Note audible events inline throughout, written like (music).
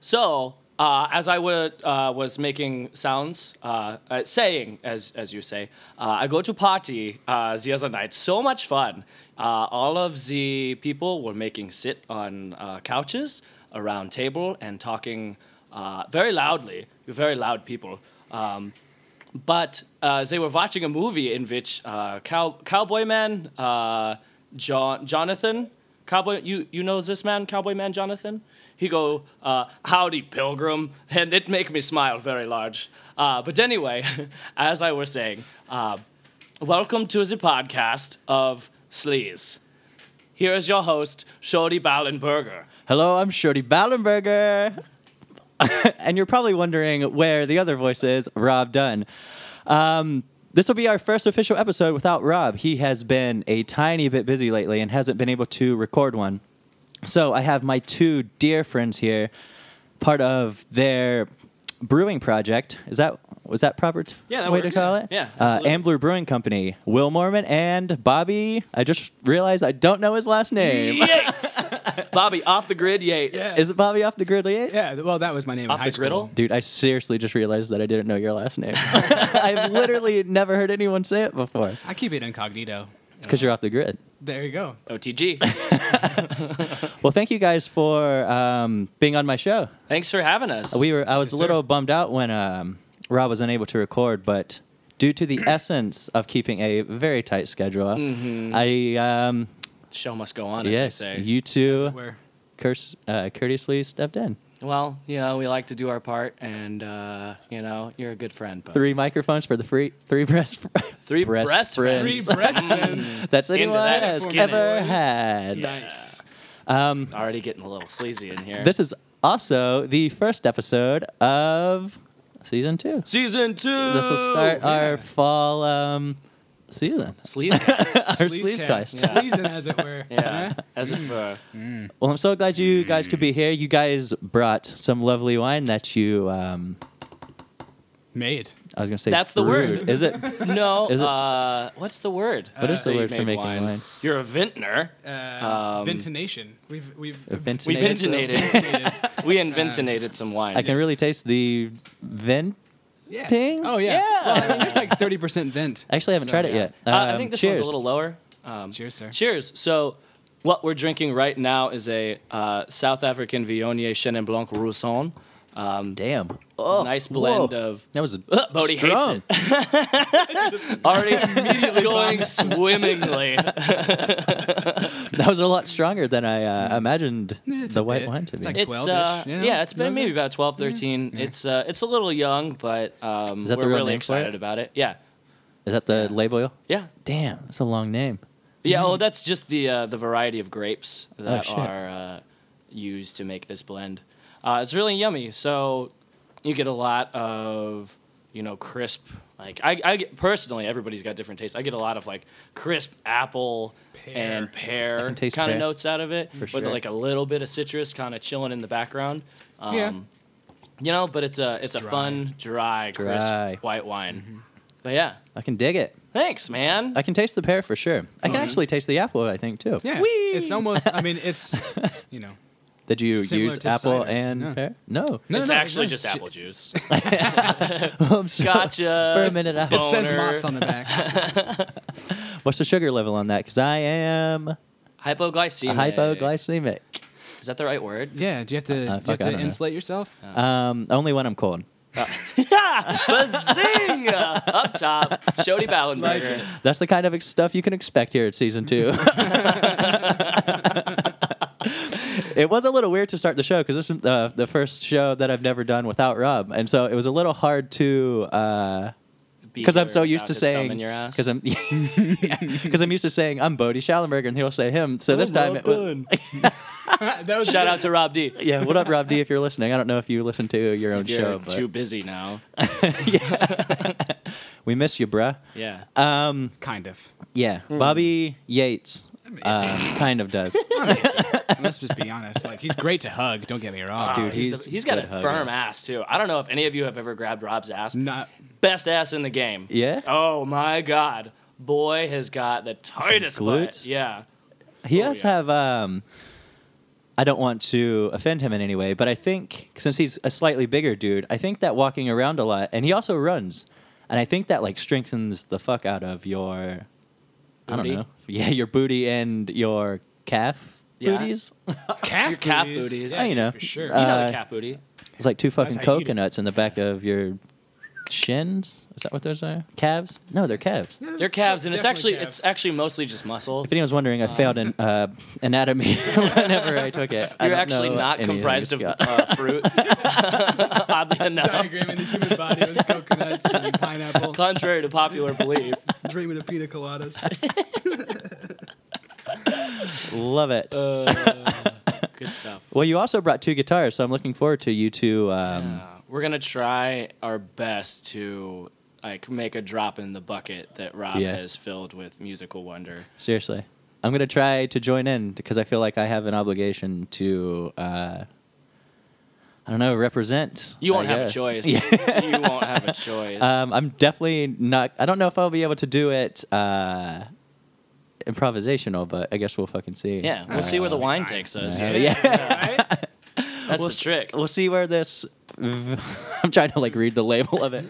So uh, as I wa- uh, was making sounds, uh, uh, saying as as you say, uh, I go to party uh, the other night. So much fun. Uh, all of the people were making sit on uh, couches around table and talking uh, very loudly. Very loud people. Um, but uh, they were watching a movie in which uh, cow- cowboy man uh, jo- jonathan cowboy you, you know this man cowboy man jonathan he go uh, howdy pilgrim (laughs) and it make me smile very large uh, but anyway (laughs) as i was saying uh, welcome to the podcast of sleaze here is your host shodi ballenberger Hello, I'm Shorty Ballenberger. (laughs) and you're probably wondering where the other voice is, Rob Dunn. Um, this will be our first official episode without Rob. He has been a tiny bit busy lately and hasn't been able to record one. So I have my two dear friends here, part of their brewing project. Is that was that proper t- Yeah, that way works. to call it? Yeah, uh, absolutely. Ambler Brewing Company. Will Mormon and Bobby. I just realized I don't know his last name. (laughs) yates bobby off the grid yates Is it Bobby off the grid, Yates? Yeah, th- well, that was my name. off in high the school. griddle Dude, I seriously just realized that I didn't know your (laughs) last name. (laughs) I've literally never heard anyone say it before I keep it incognito. because you're off the grid. There you go. otg Well, thank you guys for um, being on my show. thanks for having us We were I was Yes, a little sir. bummed out when um, Rob was unable to record, but due (clears throat) to the essence of keeping a very tight schedule, I um, show must go on, as yes, Mm-hmm. they say. you two Where? curse, uh, courteously stepped in. well, you know, we like to do our part, and uh, you know, you're a good friend. But Three microphones for the free three breast (laughs) Three breast breast friends. friends. (laughs) That's anyone that has skin it. ever had. Nice. already getting a little sleazy in here. Um, This is also the first episode of season two. season two. This will start yeah. our fall um, season. sleazecast. (laughs) Our sleaze cast. Yeah. Sleazing, as it were. yeah, (laughs) as if uh, (laughs) Well, I'm so glad you guys could Hmm. be here. You guys brought some lovely wine that you. Um, Made. I was gonna say That's the brewed. word. (laughs) Is it? no. Is it- uh, what's the word? What is So the you word for made making wine? You're a vintner. Uh, Um, ventination. We've we've ventinated. we vintinated. (laughs) ventinated. we inventinated some wine. I can really taste the venting. yeah. Ting? Oh Yeah. yeah. Well, I mean, there's like thirty percent vent. I actually haven't So, tried it yeah. yet. Uh, I Um, think this cheers. one's a little lower. Um, Cheers, sir. Cheers. So, what we're drinking right now is a uh, South African Viognier Chenin Blanc Rousson. Um, Damn. nice blend Oh, whoa. of That (laughs) was a Uh, Bodhi hates strong. (laughs) already immediately going swimmingly. That was a lot stronger (laughs) than I uh, imagined It's the a white bit. wine to It's be. like It's 12-ish, uh, yeah. yeah, it's been Okay. maybe about 12, 13. It's uh, it's a little young, but um, Is that the we're real really name for it? excited about it. Yeah, Is that the label? oil? yeah, Damn, that's a long name. yeah. Oh, that's just the uh, the variety of grapes that Mm-hmm. Oh, shit. are uh, used to make this blend. Uh, it's really yummy. So you get a lot of you know crisp. Like I, I get, personally, everybody's got different tastes. I get a lot of like crisp apple Pear. and I pear can taste kind of pear. notes out of it, with sure. like a little bit of citrus kind of chilling in the background. Um, Yeah. You know, but it's a it's, a dry. Mm-hmm. fun, dry, crisp Dry. white wine. But yeah, I can dig it. thanks, man. I can taste the pear for sure. I can actually taste the apple, I think, too. Hmm. Yeah. It's almost. I mean, it's. You know. Did you Similar use to apple cider. and No. pear? No. (laughs) No, it's no, no, actually no, just it's apple juice. I'm sorry. Gotcha. For a minute, I- It says Boner. Mott's on the back. (laughs) What's the sugar level on that? Because I am Hypoglycemic. hypoglycemic. Is that the right word? (laughs) Yeah. Do you have to? Uh, do fuck, you I have to don't know. insulate yourself? Um, only when I'm cold. Bazing! Up top, Shody Ballenberger. That's the kind of ex- stuff you can expect here at season (laughs) two. (laughs) it was a little weird to start the show because this is uh, the first show that I've never done without Rob, and so it was a little hard to. uh Be because I'm there so without used to his thumb saying in your ass. because I'm (laughs) because I'm used to saying I'm Bodie Schallenberger and he'll say him. Oh, So this time, it was, (laughs) that was Shout out to Rob (laughs) D. yeah. What up, Rob D? If you're listening, I don't know if you listen to your own You're show, but too busy now. we miss you, bruh. (laughs) Yeah. Um, kind of. yeah, Mm. Bobby (laughs) Yates uh, kind of does. Let's just be honest. Like he's great to hug. Don't get me wrong. Wow, dude, he's, he's the- he's got a good hugger. Mm. firm ass too. I don't know if any of you have ever grabbed Rob's ass. Not. Best ass in the game. Yeah? Oh my god, boy has got the tightest butt. glutes? Yeah. He Oh, does yeah. have um, I don't want to offend him in any way, but I think since he's a slightly bigger dude, I think that walking around a lot, and he also runs, and I think that like strengthens the fuck out of your, I don't Booty? know, yeah, your booty and your calf Yeah. booties. (laughs) calf Your calf booties. Yeah, you know. for sure. You know Uh, the cat booty. It's like two That's fucking how you eat it. coconuts in the back of your shins. Is that what those are? Calves? No, they're calves. They're calves, and it's actually Definitely calves. it's actually mostly just muscle. If anyone's wondering, I failed in uh, anatomy (laughs) whenever I took it. I You're don't actually know not any comprised this of guy. uh, (laughs) fruit. (laughs) Oddly (laughs) enough, diagramming the human body with coconuts and (laughs) pineapple, contrary to popular belief. dreaming of pina coladas. Love it. (laughs) Uh, Good stuff. Well, you also brought two guitars, so I'm looking forward to you two. Um, Uh, we're gonna try our best to like make a drop in the bucket that Rob Yeah. has filled with musical wonder. Seriously, I'm gonna try to join in because I feel like I have an obligation to. Uh, I don't know, represent. You I won't have a guess. choice. Yeah. You won't have a (laughs) choice. Um, I'm definitely not. I don't know if I'll be able to do it uh, improvisational, but I guess we'll fucking see. yeah, we'll Uh, see where the wine fine. takes us. Yeah. right? That's the trick. We'll see where this. (laughs) I'm trying to like read the label of it.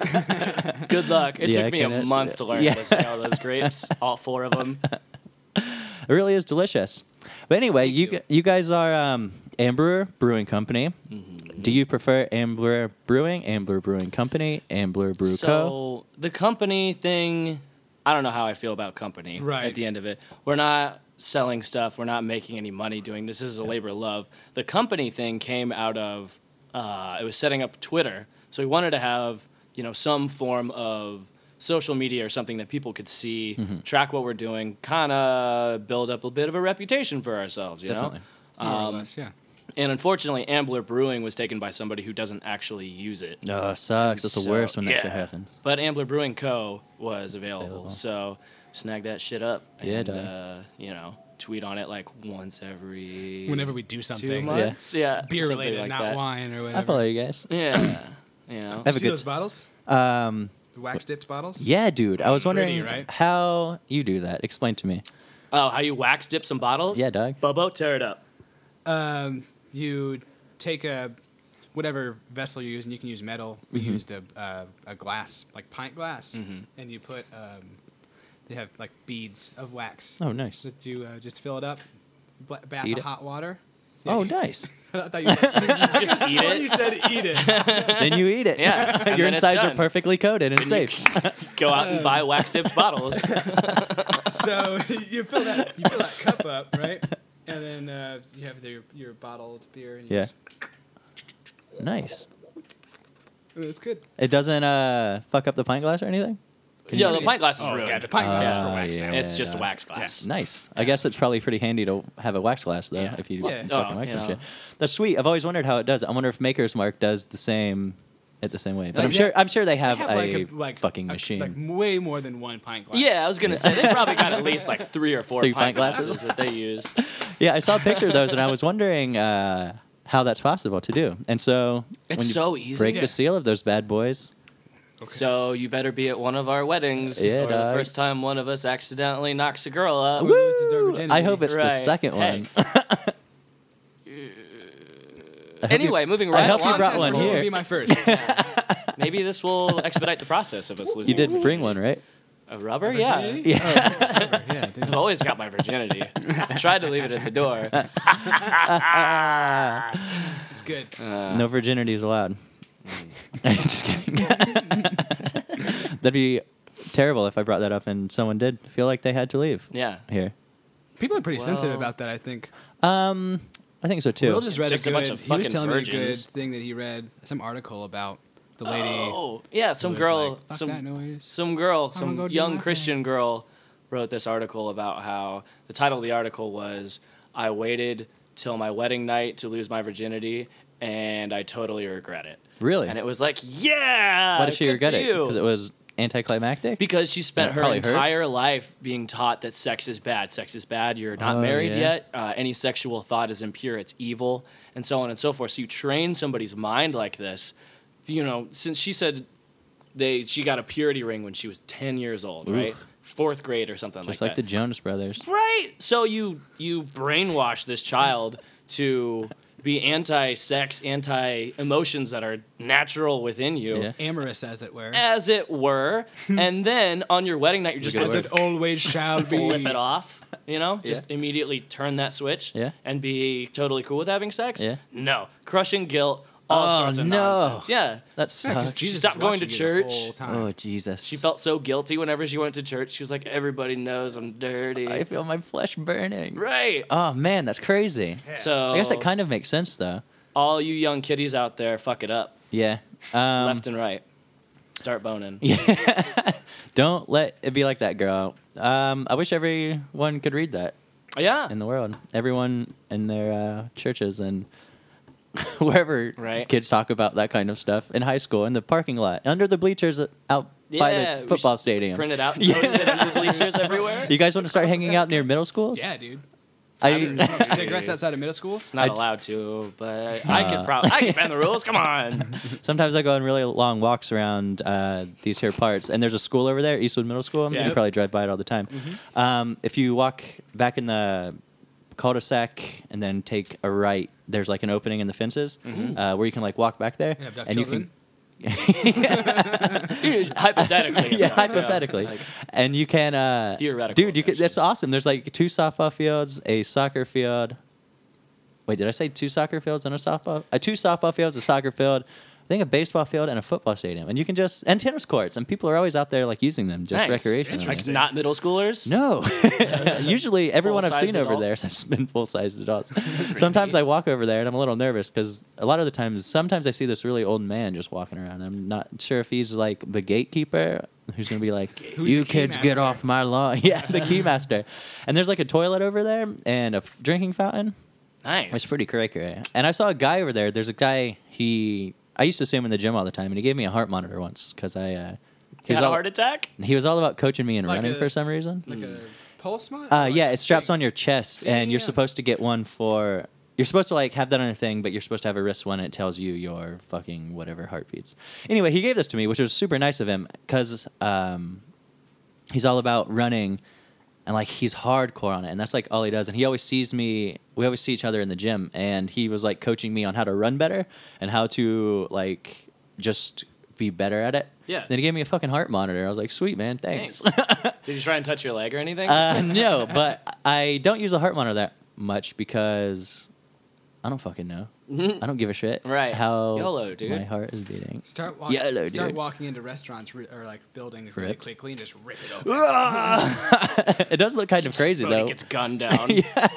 Good luck. It Yeah, I took me a can't- month to learn yeah. to scale those grapes, all four of them. It really is delicious. But anyway, you you. gu- you guys are um, Ambler Brewing Company. Mm-hmm. Do you prefer Ambler Brewing, Ambler Brewing Company, Ambler Brew Co? So the company thing, I don't know how I feel about company. Right. At the end of it, we're not selling stuff. We're not making any money doing this. This is a labor of love. The company thing came out of uh, it was setting up Twitter. So we wanted to have you know some form of social media or something that people could see, track what we're doing, kind of build up a bit of a reputation for ourselves. You Definitely. know. More or less, Um, yeah. And unfortunately, Ambler Brewing was taken by somebody who doesn't actually use it. No, it sucks. It's the So, worst when that shit yeah. happens. But Ambler Brewing Co. was available, Available. so snag that shit up. Yeah, and, dog. uh, you know, tweet on it like once every Whenever we do two something, months. months. Yeah, beer something related, like not that. wine or whatever. I follow you guys. (clears throat) Yeah, you know. Have a See good. those bottles? t- um, The wax dipped bottles? yeah, dude. I was Pretty, wondering right? how you do that. Explain to me. Oh, how you wax dip some bottles? Yeah, dog. Bobo, tear it up. um, you take a whatever vessel you use, and you can use metal. We Mm-hmm. used a, uh, a glass, like pint glass, and you put um, they have like beads of wax. Oh, nice. That you uh, just fill it up, ba- bath Eat of it. hot water. (laughs) Oh, nice. (laughs) I thought you, were- Just eat (laughs) you it. said eat it. then you eat it. Yeah, (laughs) and Your then it's insides are done. perfectly coated and And (laughs) safe. you Go out and buy wax (laughs) dipped bottles. So (laughs) you fill that you fill that cup up, right? And then uh, you have your your bottled beer. And you Yeah. just- Nice. and it's good. It doesn't uh, fuck up the pint glass or anything. Can yeah, you the see- pint glass is Oh, ruined. yeah, the pint glass is Oh, for wax now. yeah. It's just a wax glass. Nice. I guess it's probably pretty handy to have a wax glass though, Yeah. if you Yeah. fucking Oh, wax you some know. shit. That's sweet. I've always wondered how it does. it. I wonder if Maker's Mark does the same at the same way. Uh, But I'm Yeah. sure I'm sure they They have, have a, like a like fucking a- machine. like way more than one pint glass. Yeah, I was gonna say they probably (laughs) got at least like three or four Three pint pint glasses? glasses that they use. yeah, I saw a picture of those and I was wondering uh, how that's possible to do. And so It's when you so easy. break Yeah. the seal of those bad boys. So you better be at one of our weddings, Yeah, or the dog. first time one of us accidentally knocks a girl up. Woo! loses their Woo! virginity. I hope it's the Right. second Hey. one. Anyway, moving I right hope you along. brought since one we're- here. Be my first. (laughs) (laughs) Maybe this (laughs) will expedite the process of us losing. You did bring one, right? a rubber. Yeah, Virginity? Yeah. yeah, I've always got my virginity. I tried to leave it at the (laughs) door. Uh, it's good. Uh. No virginity is allowed. (laughs) Just kidding. (laughs) That'd be terrible if I brought that up and someone did feel like they had to leave. Yeah, Here, People are pretty sensitive Well- about that. I think. um, I think so too. Will just read Just a, a good, bunch of he was fucking telling me a good virgins. thing that he read some article about the lady. who Oh, yeah, some was girl, like, Fuck that some noise. some girl, gonna go some do young my thing. Christian girl wrote this article about how the title of the article was I waited till my wedding night to lose my virginity and I totally regret it. Really? And it was like, yeah. Why did she good regret for it? you. Because it was anticlimactic. Because she spent Yeah, her probably hurt. entire life being taught that sex is bad. Sex is bad. You're not Oh, married yeah. yet. Uh, any sexual thought is impure. It's evil, and so on and so forth. So you train somebody's mind like this. You know, since she said they she got a purity ring when she was ten years old, right? Fourth grade or something just like, like that. the Jonas Brothers. Right. So you you brainwash this child (laughs) to be anti-sex, anti-emotions that are natural within you. Yeah. Amorous, as it were. As it (laughs) were, and then on your wedding night, you're Eh, just Good supposed As to word. it always shall (laughs) be. flip it off. You know, just Yeah. immediately turn that switch Yeah. and be totally cool with having sex. Yeah. No, crushing guilt, all Oh, sorts of no. nonsense. Yeah, That Because sucks. She Jesus stopped is going to watching you the church. whole time. Oh Jesus. she felt so guilty whenever she went to church. She was like, "Everybody knows I'm dirty." I feel my flesh burning. right. Oh man, that's crazy. So I guess that kind of makes sense though. all you young kiddies out there, fuck it up, Yeah. Um, left and right. Start boning. Don't let it be like that, girl. Um, I wish everyone could read that Yeah. in the world. Everyone in their uh, churches and (laughs) wherever Right. kids talk about that kind of stuff in high school, in the parking lot, under the bleachers out by yeah, the we football should just stadium. Print it out and post it under bleachers (laughs) everywhere. You guys want to start hanging out near middle schools? Yeah, dude. (laughs) I, Cigarettes outside of middle schools. Not I- allowed to, but I Uh. could probably I can bend the rules. Come (laughs) on. sometimes I go on really long walks around uh, these here parts, and there's a school over there, Eastwood Middle School. You Yeah. probably drive by it all the time. Um, if you walk back in the cul-de-sac and then take a right, there's like an opening in the fences uh, where you can like walk back there, And abduct and children? you (laughs) can. hypothetically. yeah, though, hypothetically. like, and you can uh Theoretical, Dude, you could actually. that's awesome. There's like two softball fields, a soccer field. Wait, did I say two soccer fields and a softball? Uh, two softball fields, a soccer field, I think a baseball field and a football stadium. And you can just and tennis courts and people are always out there like using them just nice. recreationally. Like not middle schoolers. (laughs) No. (laughs) Usually, everyone I've Full-sized seen over there adults. has been full (laughs) sized adults. sometimes neat. I walk over there and I'm a little nervous because a lot of the times, sometimes I see this really old man just walking around. I'm not sure if he's like the gatekeeper who's going to be like, Who's you the kids get keymaster?" off my lawn. (laughs) Yeah, the keymaster. And there's like a toilet over there and a f- drinking fountain. Nice. It's pretty cray And I saw a guy over there. There's a guy, he, I used to see him in the gym all the time and he gave me a heart monitor once because I, uh, You he was, had a all, heart attack. he was all about coaching me and Like running a- for some reason. Like Hmm. a pulse monitor. Uh, like yeah, a it straps thing? on your chest, Yeah, and yeah, you're yeah. supposed to get one for. You're supposed to like have that on a thing, but you're supposed to have a wrist one. And it tells you your fucking whatever heartbeats. Anyway, he gave this to me, which was super nice of him, because um, he's all about running, and like he's hardcore on it, and that's like all he does. And he always sees me. We always see each other in the gym, and he was like coaching me on how to run better and how to like just be better at it. Yeah. Then he gave me a fucking heart monitor. I was like, sweet man, Thanks. thanks. (laughs) Did you try and touch your leg or anything? (laughs) Uh, (laughs) no, but I don't use a heart monitor that much because I don't fucking know. I don't give a shit. (laughs) Right. How YOLO, dude. my heart is beating. (laughs) Start walking. Yellow, start dude. walking into restaurants re- or like buildings really Ripped. quickly and just rip it open. it does look kind of crazy Bodhi though. gets gunned (laughs) down. I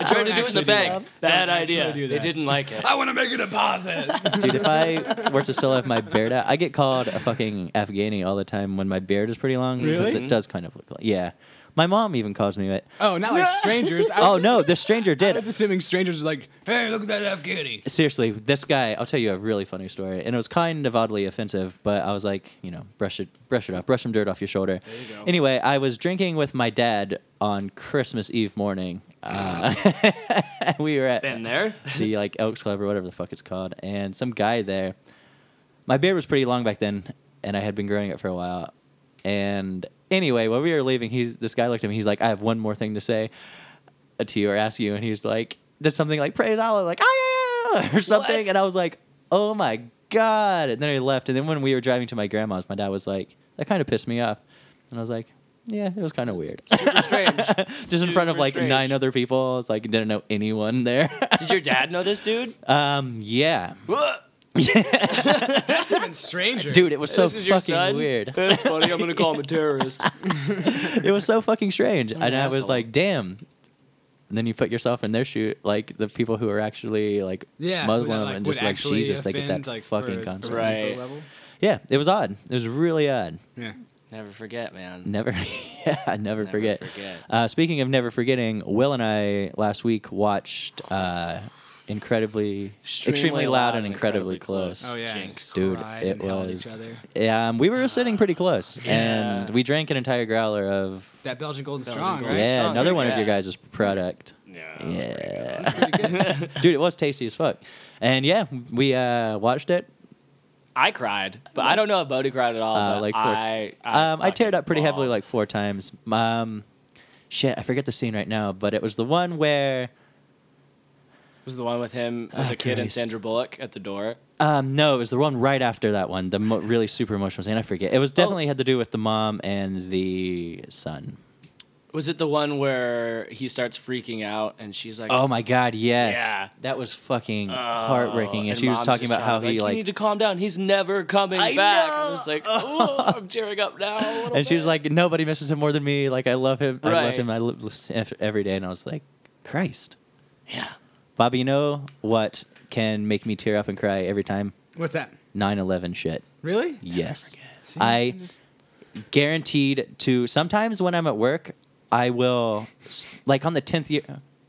tried to do it in the actually do bank. that. Bad Don't actually idea. do They that. didn't like (laughs) it. I want to make a deposit. Dude, if I were to still have my beard out, I get called a fucking Afghani all the time when my beard is pretty long because Really? it does kind of look like yeah. My mom even calls me it. (laughs) oh, not like strangers. I Oh was, no, this stranger (laughs) I was did. assuming strangers is like, hey, look at that Afghani. Seriously, this guy, I'll tell you a really funny story. And it was kind of oddly offensive, but I was like, you know, brush it brush it off, brush some dirt off your shoulder. There you go. Anyway, I was drinking with my dad on Christmas Eve morning. Uh, (laughs) we were at Been there. the like Elks Club or whatever the fuck it's called, and some guy there. My beard was pretty long back then, and I had been growing it for a while. And anyway, when we were leaving, he's this guy looked at me. He's like, "I have one more thing to say uh, to you or ask you," and he's like, did something like praise Allah, like ah yeah, (laughs) yeah, yeah," or something, What? and I was like, "Oh my god!" And then he left. And then when we were driving to my grandma's, my dad was like, "That kind of pissed me off," and I was like. Yeah, it was kind of weird. Super strange. (laughs) Just in front of super like strange. nine other people. It's like didn't know anyone there. (laughs) Did your dad know this dude? Um. Yeah. That's even stranger. Dude, it was so this is your fucking son. weird. (laughs) That's funny. I'm gonna call (laughs) him a terrorist. It was so fucking strange, and I was asshole. like, "Damn." And then you put yourself in their shoe, like the people who are actually like Yeah, who that, Muslim like, and would just like actually Jesus, they get that offend, like, fucking for- for concept. Right. deeper level. Yeah, it was odd. It was really odd. (laughs) Yeah. Never forget, man. Never, yeah, I never, forget. forget. Uh, speaking of never forgetting, Will and I last week watched uh, incredibly, extremely, loud and incredibly, close. Oh, yeah, Jinx. Dude, Cried it and held was. each other. Ah. Yeah, um, we were sitting pretty close, and yeah. we drank an entire growler of That Belgian Golden Belgian Strong, Golden right? yeah, strong. another one of Yeah. your guys' product. Yeah. Yeah, Pretty good. (laughs) dude, it was tasty as fuck. And yeah, we uh, watched it. I cried, but I don't know if Bodhi cried at all. Uh, but like four I, I, um, I teared fucking up pretty heavily bawled. like four times. Um, shit, I forget the scene right now, but it was the one where Was the one with him, uh, the kid, and Ah, Christ. Sandra Bullock at the door? Um, no, it was the one right after that one. The mo- really super emotional scene. I forget. It Oh. was definitely had to do with the mom and the son. Was it the one where he starts freaking out and she's like, Oh my god, yes. Yeah. That was fucking "Oh," heartbreaking. And, she was mom's talking just about trying how to be he you like need (laughs) to calm down. He's never coming I back. know. I was (laughs) like, oh, I'm tearing up now. a little and she was bit." like, nobody misses him more than me. Like I love him. I love Right. him. I love him every day. And I was like, Christ, yeah. Bobby, you know what can make me tear up and cry every time? What's that? 9/11 shit. Really? Yes. See, I just- guaranteed to sometimes when I'm at work, I will like on the 10th year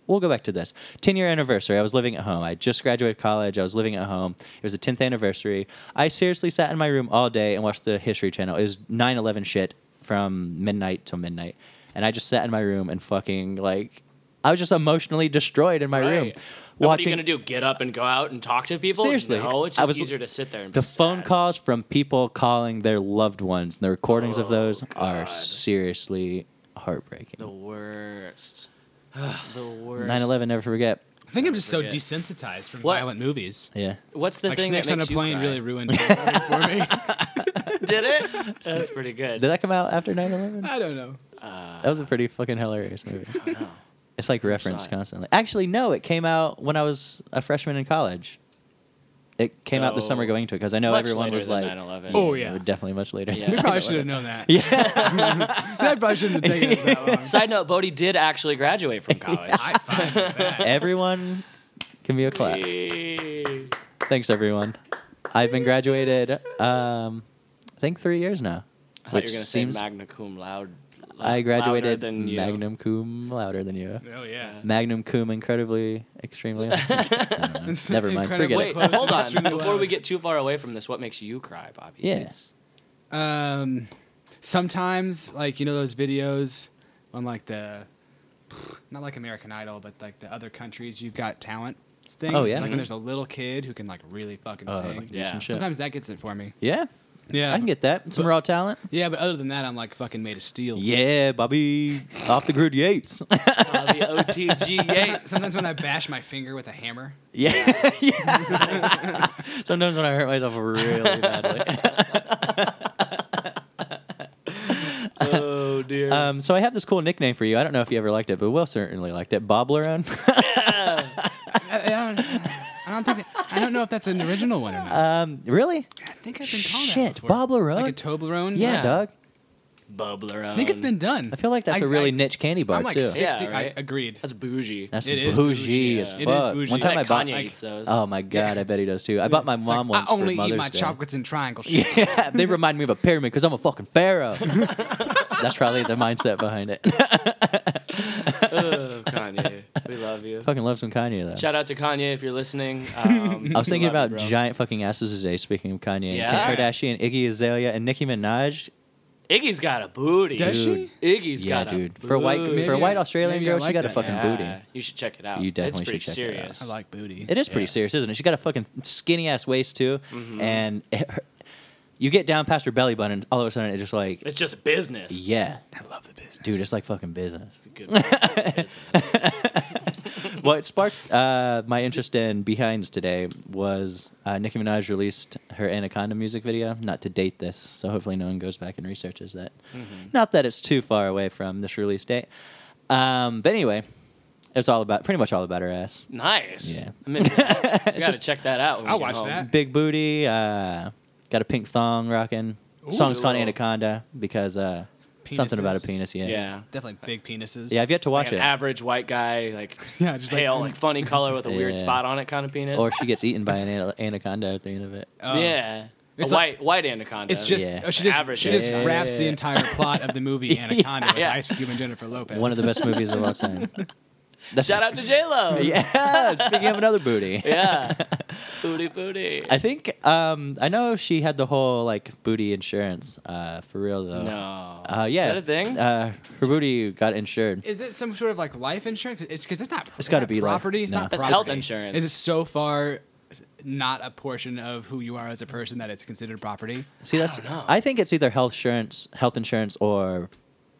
we'll go back to this 10 year anniversary i was living at home i just graduated college i was living at home it was the 10th anniversary i seriously sat in my room all day and watched the history channel it was 9-11 shit from midnight till midnight and i just sat in my room and fucking like i was just emotionally destroyed in my room Right. Now, what are you gonna do? Get up and go out and talk to people? Seriously, no, it's I just was- easier to sit there. And the be phone sad. calls from people calling their loved ones and the recordings of Oh, those are God. seriously heartbreaking The worst. (sighs) the worst. 9 11, never forget. I think I'm just so forget. desensitized from What? violent movies. Yeah. What's the like thing that snakes on a makes you plane cry? (laughs) really ruined it for me. (laughs) did it? That's pretty good. Uh, Did that come out after 9 11? I don't know. That was a pretty fucking (laughs) hilarious movie. oh. It's like referenced it. constantly. Actually, no, it came out when I was a freshman in college. It came out the So, summer going to it because I know much everyone later was than like, 9/11. Oh, yeah. definitely much later. Yeah. than We probably 9/11. should have known that. Yeah. (laughs) That probably shouldn't have taken (laughs) us that long. Side note: Bodhi did actually graduate (laughs) from college. I find (laughs) (laughs) that. everyone, give me a clap. Yay. Thanks, everyone. I've been graduated, um, I think three years now. I thought you Which were gonna seems say magna cum laude. I louder graduated than you. magnum cum louder than you. Oh yeah. Magnum cum incredibly extremely. (laughs) (laughs) Uh, Never mind. Incredibly Forget Wait, it. Close hold to uh, on. extremely Before we loud. get too far away from this, what makes you cry, Bobby? Yeah. It's- Um, sometimes like you know those videos on like the not like American Idol, but like the other countries you've got talent things. Oh, yeah. Like when there's a little kid who can like really fucking Uh, sing. like do Yeah. some shit. Sometimes that gets it for me. Yeah. Yeah. I can get that. Some But- raw talent. Yeah, but other than that, I'm like fucking made of steel. Yeah, Bobby, off the grid Yates. Uh, the OTG Sometimes, Yates. (laughs) sometimes when I bash my finger with a hammer, (laughs) yeah. (laughs) (laughs) yeah. Sometimes when I hurt myself (laughs) really badly. oh dear. um, so I have this cool nickname for you. I don't know if you ever liked it, but Will certainly liked it. Bob (laughs) Lerone. I, I don't, I don't think that, I don't know if that's an original one or not. um, really? I think I've been called shit, that before. Bob Lerone? like a Toblerone. Yeah, Yeah. dog. (laughs) Bubbler. I think it's been done. I feel like that's a a really niche candy bar I'm like too. 60. Yeah, right? I agreed. That's bougie. That's It bougie, is bougie, as yeah. fuck. It is bougie. One time I bet I bought. Kanye eats those. Oh my god, I bet he does too. I bought my It's like, mom I once only for Mother's eat my Day. (laughs) chocolates in triangle shape. Yeah, they remind me of a pyramid because I'm a fucking (laughs) pharaoh. That's probably the mindset behind it. oh, Kanye. We love you. fucking love some Kanye though. Shout out to Kanye if you're (laughs) listening. Um, I was we thinking love about you, bro. giant fucking asses today. Speaking of Kanye, Yeah. Kim Kardashian, Iggy Azalea, and Nicki Minaj. Iggy's got a booty. Does she? Dude. Iggy's yeah, got a dude. For a white booty. for a Maybe white I- Australian maybe I girl, she like got a that. fucking Yeah, booty. You should check it out. You definitely it's pretty should check it out. serious. I like booty. It is pretty Yeah. Mm-hmm. serious, isn't it? She got a fucking skinny ass waist too, and (laughs) it, you get down past her belly button, and all of a sudden it's just like, It's just business. yeah, I love the business. dude, it's like fucking business. (laughs) It's a good business. (laughs) well, it sparked uh, my interest in behinds today was uh, Nicki Minaj released her Anaconda music video. Not to date this, so hopefully no one goes back and researches that. Mm-hmm. Not that it's too far away from this release date. Um, but anyway, it's all about pretty much all about her ass. nice. Yeah. I'm (laughs) into that. You gotta just- check that out. when we I'll get watch home. that. Big booty, uh, got a pink thong rocking. Song's called Ooh. Anaconda because uh, something about a Penises. penis. Yeah. Yeah. Definitely big penises. Yeah, I've yet to watch like an it. average white guy, (laughs) like Yeah, just like- pale, like, funny color with a weird Yeah. spot on it, kind of penis. Or (laughs) she gets eaten by an ana- anaconda at the end of it. Oh. yeah, It's Um, a like- white white anaconda. It's just Yeah. oh, she just Average she just age. wraps the Yeah. entire plot of (laughs) the movie Anaconda with Yeah. Ice Cube and Jennifer Lopez. One of the best movies of all time. (laughs) That's- shout out to J (laughs) Lo. (laughs) yeah. Speaking of another booty. yeah, booty (laughs) booty. I think um, I know she had the whole like booty insurance uh, for real though. no. Uh, yeah. Is that a thing? Uh, her booty got insured. Is it some sort of like life insurance? It's because it's not. It's gotta not be life. property. It's No. not That's property. health insurance. It is so far not a portion of who you are as a person that it's considered property. Ah, See, that's. don't know. I think it's either health insurance, health insurance, or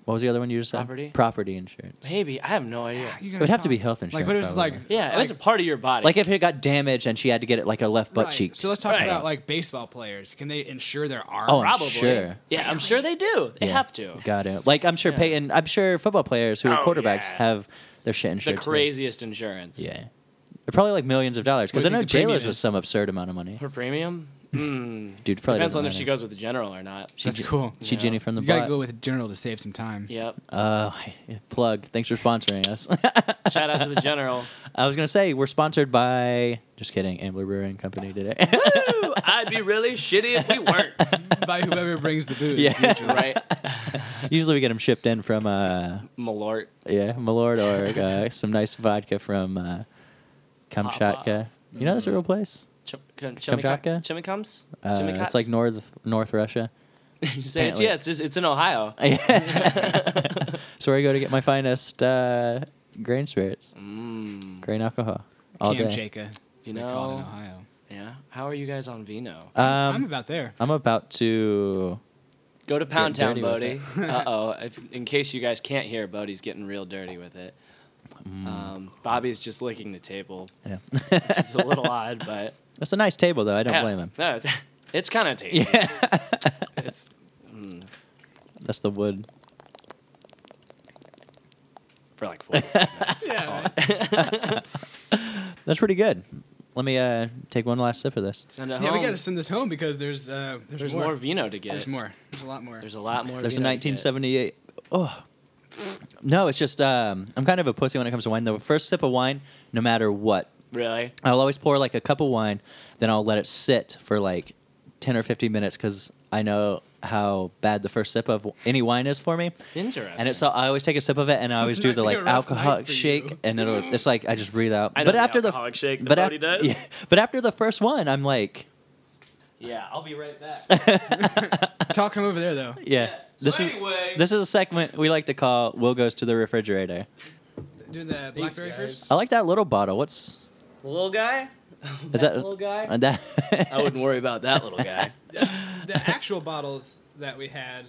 What was the other one you just said? Property? Property insurance. Maybe I have no idea. You're It gonna would have to probably- be health Like, insurance. what if it's like probably. Yeah, that's a part of your body. like if it got damaged and she had to get it like a left butt Right. cheek. So let's talk Right. about like baseball players. Can they insure their arm? Oh, I'm probably. sure. Yeah, I'm sure they do. They Yeah. have to. Got it. Like I'm sure Yeah. Peyton. I'm sure football players who are Oh, quarterbacks yeah. have their shit the insured. too. craziest insurance. Yeah. They're probably like millions of dollars because I What do know you think the Jailers premium was is? some absurd amount of money. Her premium? Mm. (laughs) Dude probably Depends doesn't on if matter. she goes with the general or (laughs) not. She That's J- cool. She Yeah. Jenny from the you gotta block. go with general to save some time. Yep. Oh, plug. Thanks for sponsoring us. (laughs) Shout out to the (laughs) general. I was gonna say we're sponsored by. Just kidding, Ambler Brewing Company today. Ooh, I'd be really shitty if we (laughs) weren't. (laughs) By whoever brings the booze. Yeah. usually. Right? Usually we get them shipped in from uh Malort. yeah Malord or uh, some nice vodka from uh, Kamchatka. You know that's Mm-hmm. a real place. Ch- Chimichanga? Chimicums? Uh, it's like north (laughs) North Russia. you say it's, apparently. yeah, it's, just, it's in Ohio. It's where I go to get my finest uh, grain spirits, Mm, grain alcohol. (laughs) All Cam day. Chaka. You You know. In know- Ohio. yeah. How are you guys on Vino? Um, I'm I'm, about there. about to. Go to Pound Town, dirty Bodie. (laughs) with uh oh. If, in case you guys can't hear, Bodie's getting real dirty with it. Mm. Um, Bobby's just licking the table, Yeah. which is a (laughs) little odd, but. That's a nice table though. I don't yeah. blame (laughs) him. No, it's kind of tasty. It's, (laughs) That's the wood. (laughs) for like 45 minutes. (laughs) Yeah, (laughs) That's pretty good. Let me uh, take one last sip of this. Send it Yeah, we home. gotta send this home because there's uh, there's, There's more. more vino to get. There's more. There's a lot more. There's a lot more. There's a vino to get. 1978. Oh. No, it's just um, I'm kind of a pussy when it comes to wine. The first sip of wine, no matter what, Really? I'll always pour like a cup of wine, then I'll let it sit for like 10 or 15 minutes because I know how bad the first sip of any wine is for me. Interesting. And it's so I always take a sip of it, and I always do might the be like a rough night alcoholic for shake, you. and it'll, it's like I just breathe out. I know but the after the alcoholic shake that but af- Bodhi does. (laughs) yeah, (laughs) but after the first one, I'm like, yeah, I'll be right back. (laughs) (laughs) Talk him over there though. yeah, So this anyway- is this is a segment we like to call "Will goes to the refrigerator." Doing the blackberry guys. first. I like that little bottle. What's little guy? is that? uh, that (laughs) I wouldn't worry about (laughs) that little guy. Oh. the actual bottles that we had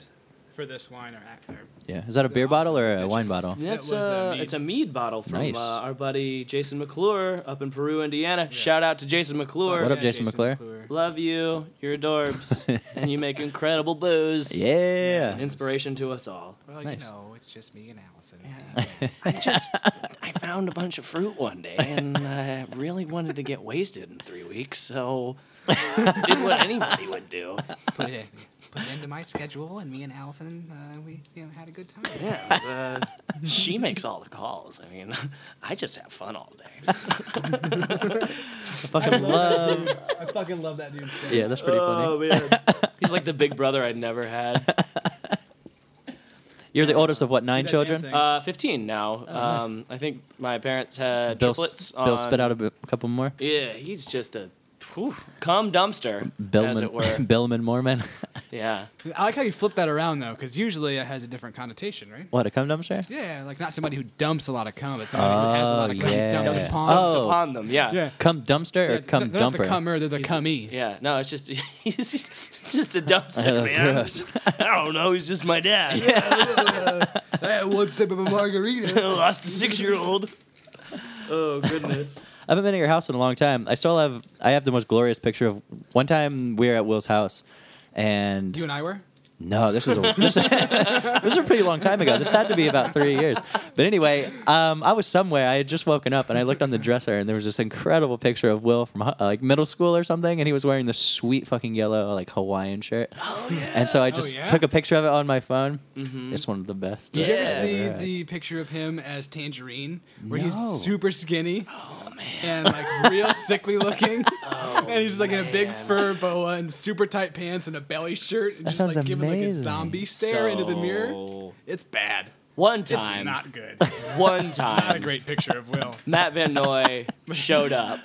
for this wine are after. (laughs) yeah, is that a beer awesome bottle or a bitches. wine bottle? That's was a uh, mead. it's a mead bottle from Nice. uh, our buddy Jason McClure up in Peru, Indiana. Shout out to Jason McClure. What up, Jason McClure? Love you. You're (laughs) adorbs, (laughs) and you make incredible booze. (laughs) Yeah. Inspiration to us all. Well, Nice. you know, it's just me and Allison. (laughs) I just (laughs) I found a bunch of fruit one day, and I really wanted to get wasted in three weeks, (laughs) so did what anybody would do. (laughs) Put (laughs) it put it into my schedule, and me and Allison, uh, we you know had a good time. Yeah, it was, uh, she makes all the calls. I mean, (laughs) I just have fun all day. I fucking love. I fucking love that dude. So Yeah, that's pretty Oh, funny. (laughs) man, he's like the big brother I never had. You're the oldest of what nine that damn children? thing. Uh, Fifteen now. Um, I think my parents had Oh, Bill, triplets. s- Bill on- spit out a b- couple more. Yeah, he's just a whew, cum dumpster, (laughs) as Billman, (laughs) it were. Billman Mormon. Yeah. I like how you flip that around though, because usually it has a different connotation, right? (laughs) what a cum dumpster? Yeah, like not somebody who dumps a lot of cum, but somebody who has a lot of Oh, cum yeah. dumped Yeah. upon. Oh. Upon them, yeah. Yeah. Cum dumpster or They're- cum they're dumper? Not (laughs) the cummer, they're the cummy. (laughs) Yeah, no, it's just (laughs) he's just, it's just a dumpster, (laughs) Oh, man. gross. I don't know. He's just my dad. (laughs) Yeah. I had one sip of a margarita. Lost a six-year-old. Oh goodness. (laughs) I haven't been at your house in a long time. I still have. I have the most glorious picture of one time we were at Will's house, and you and I were. No, this is a, this, (laughs) this is a pretty long time ago. This had to be about three years. But anyway, um, I was somewhere. I had just woken up and I looked on the dresser and there was this incredible picture of Will from hi- uh, like middle school or something, and he was wearing this sweet fucking yellow like Hawaiian shirt. Oh yeah. And so I just yeah? took a picture of it on my phone. It's one of the best. Did you ever Yeah. see Right. the picture of him as Tangerine, where No. Oh, he's super skinny and like real (laughs) sickly looking, and he's like in a big Oh, man. fur boa and super tight pants and a belly shirt, and just sounds like giving like a amazing. zombie stare into the mirror. So, It's bad. One It's time, not (laughs) good. one (laughs) not a time, great picture of Will. Matt Van Noy showed up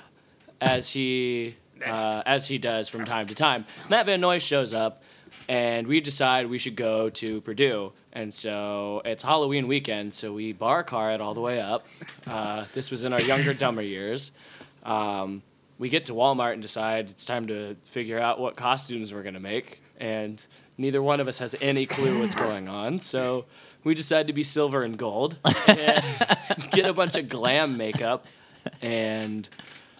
as he uh, as he does from time to time. Matt Van Noy shows up, and we decide we should go to Purdue. And so it's Halloween weekend, so we bar car it all the way up. Uh, this was in our younger, dumber years. Um, we get to Walmart and decide it's time to figure out what costumes we're gonna make, and neither one of us has any clue what's going on. So We decided to be silver and gold, and get a bunch of glam makeup and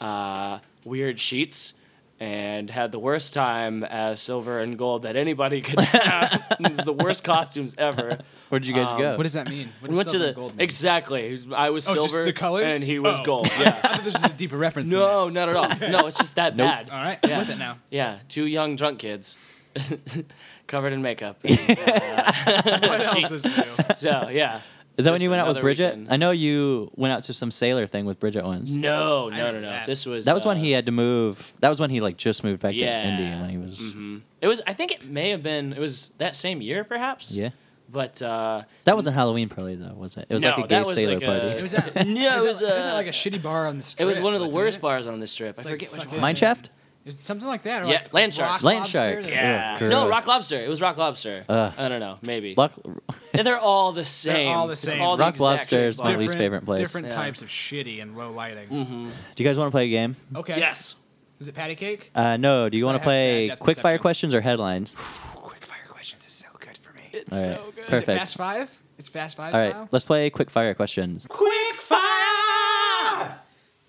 uh, weird sheets, and had the worst time as silver and gold that anybody (laughs) could have. it was the worst costumes ever. Where did you guys go? What does that mean? What We does went to silver the and gold mean? exactly. I was Oh, silver, just the colors? and he was Oh. (laughs) gold. Yeah. I thought this was a deeper reference. than No, not at (laughs) all. No, it's just that bad. that. All right. Yeah. I'm with it now. Yeah, two young drunk kids, (laughs) covered in (laughs) makeup. And, What else is new? so yeah. Is that when Just you went out with another Bridget? weekend. I know you went out to some sailor thing with Bridget once. No, no, no, remember no. that. This was That was when uh, he had to move. That was when he like just moved back Yeah. to Indy when he was. Mm-hmm. Mhm. It was. I think it may have been. It was that same year, perhaps. Yeah. But uh, That wasn't Halloween party though, was it? It was no, like a gay that was sailor like party. A, It was (laughs) at- no, it was, it was uh, at like a shitty bar on the strip. It was one of the wasn't worst it? bars on the strip. I like forget which fucking- one. Mine shaft? It's something like that. Or Yeah, like Land Shark. Rock Land Lobster Shark. or- Yeah. Ugh, no, gross. Rock Lobster. It was Rock Lobster. Ugh. I don't know. Maybe. Luck- (laughs) Yeah, they're all the same. all the It's same. all the Rock exact Lobster same is my bar. least favorite place. Different Yeah. Mm. types of shitty and low lighting. Do you guys want to play a game? Okay. Yes. Is it patty cake? Uh, no. Do you So I want to have play bad depth quick fire perception. questions or (sighs) headlines? quick fire questions is so good for me. It's All right. so good. Perfect. Is it Fast Five? It's Fast Five All style. right. Let's play quick fire questions. Quick fire.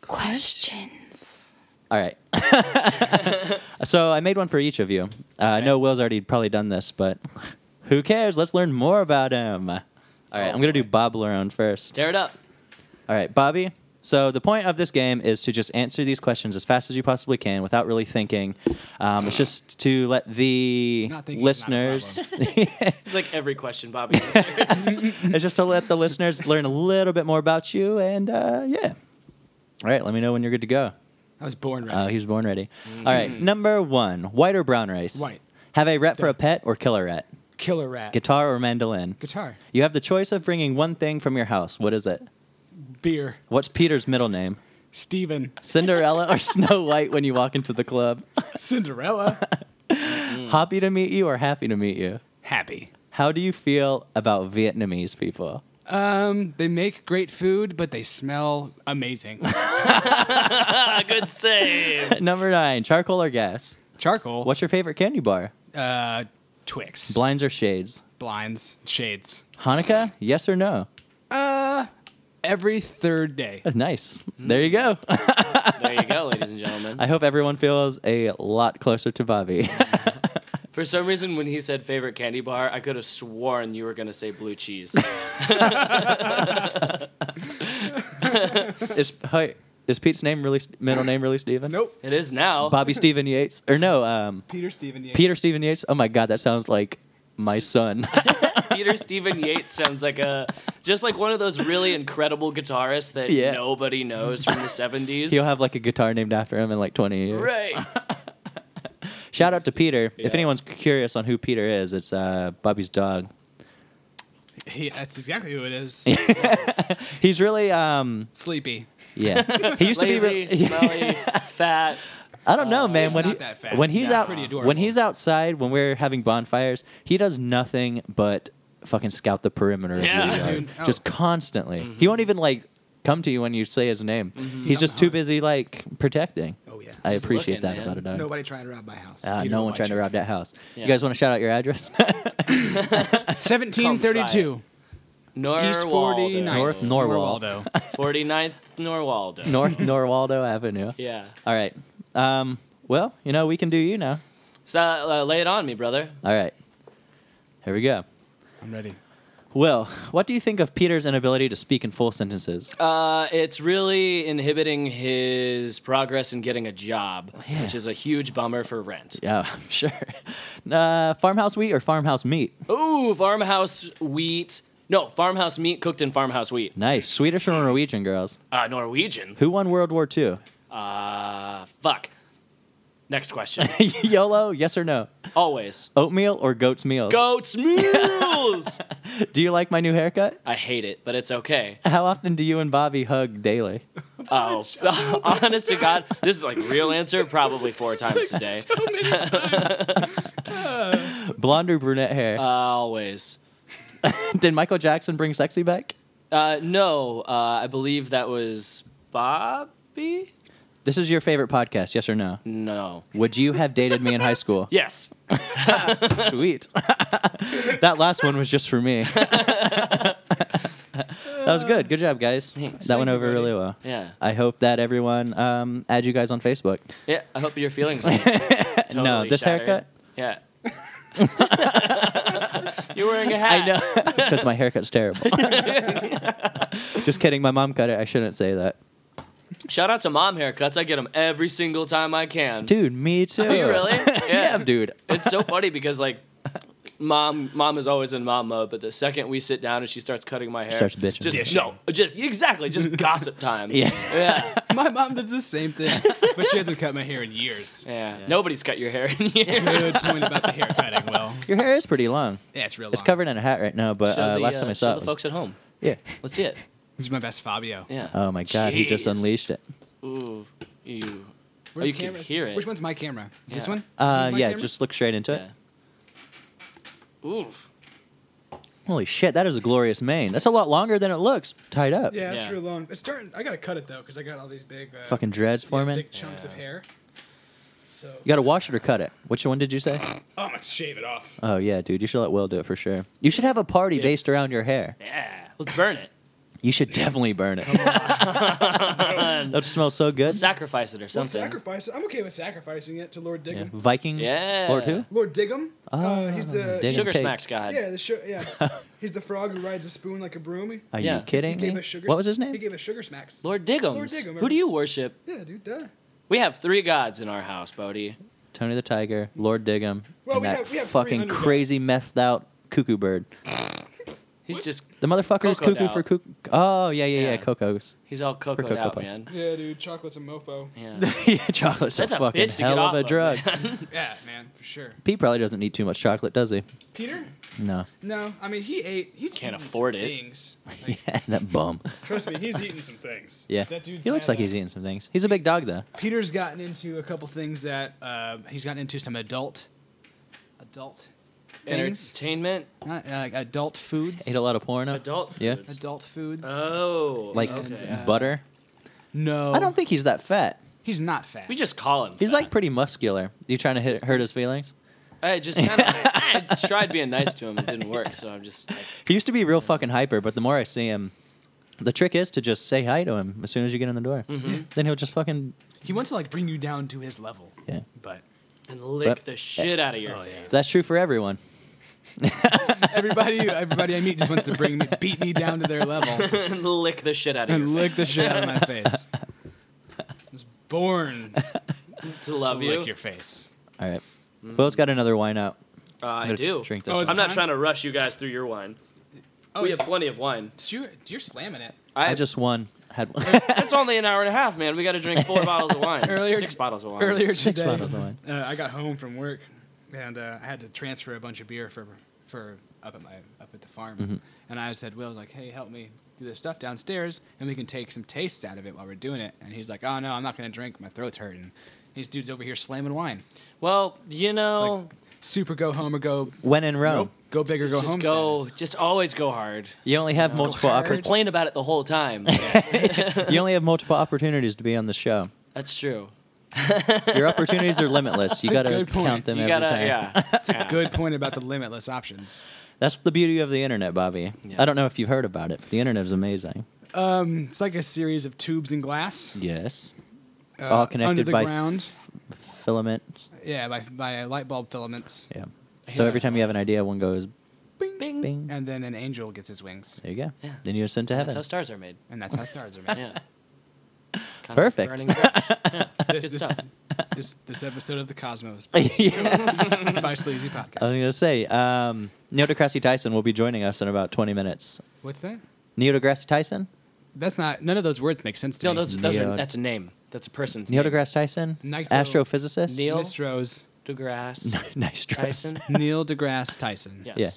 Questions. All right. (laughs) so I made one for each of you. Uh, I know Will's already probably done this, but (laughs) who cares? Let's learn more about him. All right, Oh, I'm going to do Bob Lerone first. Tear it up. All right, Bobby. So the point of this game is to just answer these questions as fast as you possibly can without really thinking. Um, it's just to let the Not thinking is not a listeners. It's like every question, Bobby. (laughs) (laughs) it's just to let the listeners learn a little bit more about you, and uh, yeah. All right, let me know when you're good to go. I was born ready. Oh, he was born ready. All right, number one: white or brown rice? Mm-hmm. White. Have a rat for a pet or kill a rat? Killer rat. Guitar or mandolin? Guitar. You have the choice of bringing one thing from your house. What is it? Beer. What's Peter's middle name? Steven. Cinderella or Snow White when you walk into the club? Cinderella. (laughs) Happy to meet you or happy to meet you? Happy. How do you feel about Vietnamese people? Um, they make great food, but they smell amazing. ah, good save. Number nine: charcoal or gas? Charcoal. What's your favorite candy bar? Uh, Twix. Blinds or shades? Blinds. Shades. Hanukkah? Yes or no? Uh, every third day. Uh, Nice. There you go. There you go, ladies and gentlemen. I hope everyone feels a lot closer to Bobby. For some reason, when he said favorite candy bar, I could have sworn you were going to say blue cheese. is hi, is Pete's name really middle name really Steven? Nope. it is now. Bobby Steven Yates or no, um, Peter Steven. Yates. Peter Steven Yates. Oh my God, that sounds like my son. Peter Stephen Yates sounds like a just like one of those really incredible guitarists that Yeah. nobody knows from the 70s. (laughs) He'll have like a guitar named after him in like 20 (laughs) years. right. Shout out to Peter. If Yeah. anyone's curious on who Peter is, it's uh, Bobby's dog. He, that's exactly who it is. He's really um Sleepy. (laughs) yeah. He used to be Lazy, really (laughs) smelly, fat. I don't know, man. Oh, he's When not he, that fat. when he's Nah. out, Pretty adorable. when he's outside, when we're having bonfires, he does nothing but fucking scout the perimeter Yeah. (laughs) of the yard, Dude, oh. just constantly. Mm-hmm. He won't even like come to you when you say his name. He's just too busy like protecting. Oh yeah. I Just appreciate looking, that man. about a dog. Nobody trying to rob my house. Uh, Peter no will one watch trying to you. (laughs) rob (laughs) that house. Yeah. You guys want to shout out your address? (laughs) Come 1732. Norwaldo. East 49th. North Norwaldo. 49th Norwaldo. North (laughs) Norwaldo Avenue. yeah. All right. Um, well, you know we can do you now. So uh, lay it on me, brother. All right. Here we go. I'm ready. Will, what do you think of Peter's inability to speak in full sentences? Uh, it's really inhibiting his progress in getting a job, Oh, Yeah. which is a huge bummer for rent. Yeah, (laughs) I'm sure. Uh, farmhouse wheat or farmhouse meat? Ooh, farmhouse wheat. No, farmhouse meat cooked in farmhouse wheat. Nice. Swedish or Norwegian girls? Uh, Norwegian. Who won World War II? Uh, fuck. Next question. (laughs) (laughs) YOLO, yes or no? Always. Oatmeal or goat's meals? Goats, (laughs) mules. Do you like my new haircut? I hate it, but it's okay. (laughs) How often do you and Bobby hug daily? Oh, (laughs) honest to God, this is like real answer probably (laughs) four times a day. Blonde or brunette Uh. hair? Always. Did Michael Jackson bring sexy back? Uh, no, uh, I believe that was Bobby. This is your favorite podcast, yes or no? No. Would you have dated me in high school? Yes. Sweet. that last one was just for me. that was good. Good job, guys. Thanks. That went Thank you, over really buddy. well. Yeah. I hope that everyone um, add you guys on Facebook. Yeah. I hope your (laughs) feelings. Are totally no, this shattered. haircut. Yeah. (laughs) (laughs) You're wearing a hat. I know. it's because my (laughs) haircut's terrible. just kidding. My mom cut it. I shouldn't say that. Shout out to mom haircuts. I get them every single time I can. Dude, me (laughs) too. you Oh, really? (laughs) yeah. Yeah. dude. It's so funny because like. Mom, mom is always in mom mode, but the second we sit down and she starts cutting my hair, (laughs) Starts it's bitching. just no, just exactly, (laughs) just gossip time. Yeah. (laughs) yeah, My mom does the same thing, but she hasn't cut my hair in years. yeah. Nobody's cut your hair in years. Good point about the haircutting. Well, Your hair is pretty long. yeah, it's real. It's long. covered in a hat right now, but Show uh, the, last uh, time show I saw it. the was- folks at home. yeah. Let's see it. He's my best Fabio. Yeah. Oh my god, he just Jeez. unleashed it. Ooh, you. Oh, Where's you the can cameras? hear it. Which one's my camera? Is this Yeah. one? Is this Uh, my yeah, camera? just look straight into it. Yeah. Ooh. Holy shit, that is a glorious mane. That's a lot longer than it looks, tied up. Yeah, it's Yeah. real long. It's starting. I gotta cut it though, because I got all these big uh, Fucking dreads yeah, forming. big chunks of Yeah. hair. So You gotta wash it or cut it. Which one did you say? oh, I'm gonna shave it off. Oh yeah, dude, you should let Will do it for sure. You should have a party Dibs. based around your hair. Yeah. Let's burn it. You should definitely burn it. (laughs) that smells so good. Sacrifice it or Well, something. sacrifice. I'm okay with sacrificing it to Lord Yeah. Diggum. Viking Yeah. Lord who? Lord Diggum. uh, he's the Diggum. Sugar Take- smacks god. yeah the sh- yeah. (laughs) he's the frog who rides a spoon like a broom. He, Are Yeah. you kidding gave me? us sugar. What was his name? He gave us sugar smacks. Lord Diggums. Lord Diggum, Who do everybody. you worship? Yeah, dude. Duh. We have three gods in our house, Bodhi. Tony the Tiger, Lord Diggum, Well, and we that have- we have three fucking underdogs. crazy methed out cuckoo bird. He's just The motherfucker who's Coco'd cuckoo for out. cuckoo. Oh yeah, yeah, yeah, Yeah. Coco's. he's all cocoa Cocoa out, Puffs. (laughs) man. Yeah, dude. Chocolate's a mofo. Yeah. yeah, chocolate's That's a a fucking bitch to hell get of off a of, drug. (laughs) Yeah, man, for sure. He probably doesn't eat too much chocolate, does he? Peter. No. No, I mean he ate. He's Can't eaten afford some it. Things. Like, (laughs) Yeah, that (laughs) bum. trust me, he's eating some things. (laughs) Yeah. that dude's He looks had like a- he's eating some things. He's a big dog though. Peter's gotten into a couple things that uh, he's gotten into some adult, adult things, Entertainment. not uh, like adult foods, Ate a lot of porno. Adult Yeah. foods. adult foods. Oh. Like (laughs) okay. uh, butter. no, I don't think he's that fat. he's not fat. we just call him. He's fat. like pretty muscular. You trying to hit, hurt his feelings? I just (laughs) kind of I tried being nice to him. It didn't work, so I'm just like, He used to be real fucking hyper, but the more I see him, the trick is to just say hi to him as soon as you get in the door. Then he'll just fucking he wants to like bring you down to his level, yeah. but and lick But- the shit out of Oh, your face. That's true for everyone. everybody, everybody I meet just wants to bring me, beat me down to (laughs) their level (laughs) and lick the shit out of and you. lick the shit out of my face. I was born To love to you. lick your face. All right. Will's got another wine out. Uh, I gonna do. drink this I'm Oh, is one. it not time? trying to rush you guys through your wine. Oh, we yeah, have plenty of wine. you're, you're slamming it. I (laughs) just won. Had one. It's only an hour and a half, man. We got to drink (laughs) four bottles of wine. Earlier- six bottles of wine. earlier Six today, bottles of wine. (laughs) Uh, I got home from work, and uh, I had to transfer a bunch of beer for for up at my up at the farm. Mm-hmm. And I said, Will, like, hey, help me do this stuff downstairs, and we can take some tastes out of it while we're doing it. And he's like, oh no, I'm not gonna drink. My throat's hurting. These dudes over here slamming wine. Well, you It's know, like super go home or go when in Rome, nope, go big or go just home. go, status. just always go hard. you only have multiple hard. oppor- Complain about it the whole (laughs) time. you only have multiple opportunities to be on the show. That's true. Your opportunities are limitless. You That's got a to good point. count them You every gotta, time. yeah. (laughs) That's a Good point about the limitless options. That's the beauty of the internet, Bobby. Yeah. I don't know if you've heard about it. But the internet is amazing. Um, it's like a series of tubes and glass, Yes. uh, All under connected the by ground. f- filament. yeah, by by light bulb filaments. Yeah. I So hear every that time you have an idea, one goes Bing, bing. bing. And then an angel gets his wings. There you go. Yeah. Then you're sent to That's (laughs) heaven. how stars are made. And that's how stars are made. Yeah. (laughs) Kind of Perfect. burning bush. (laughs) this, good this- (laughs) stuff. this- this episode of the Cosmos yeah. by Sleazy I was Podcast. gonna say, um, Neil deGrasse Tyson will be joining us in about 20 minutes. What's that? Neil deGrasse Tyson. That's not. None of those words make sense to No, me. those, those Neo- are, that's a name. That's a person's Neil name. deGrasse Tyson, Nigel- astrophysicist. Neil- Nistros, DeGrasse (laughs) nice (laughs) dress. Tyson. Neil deGrasse Tyson. Yes. (laughs) Yeah.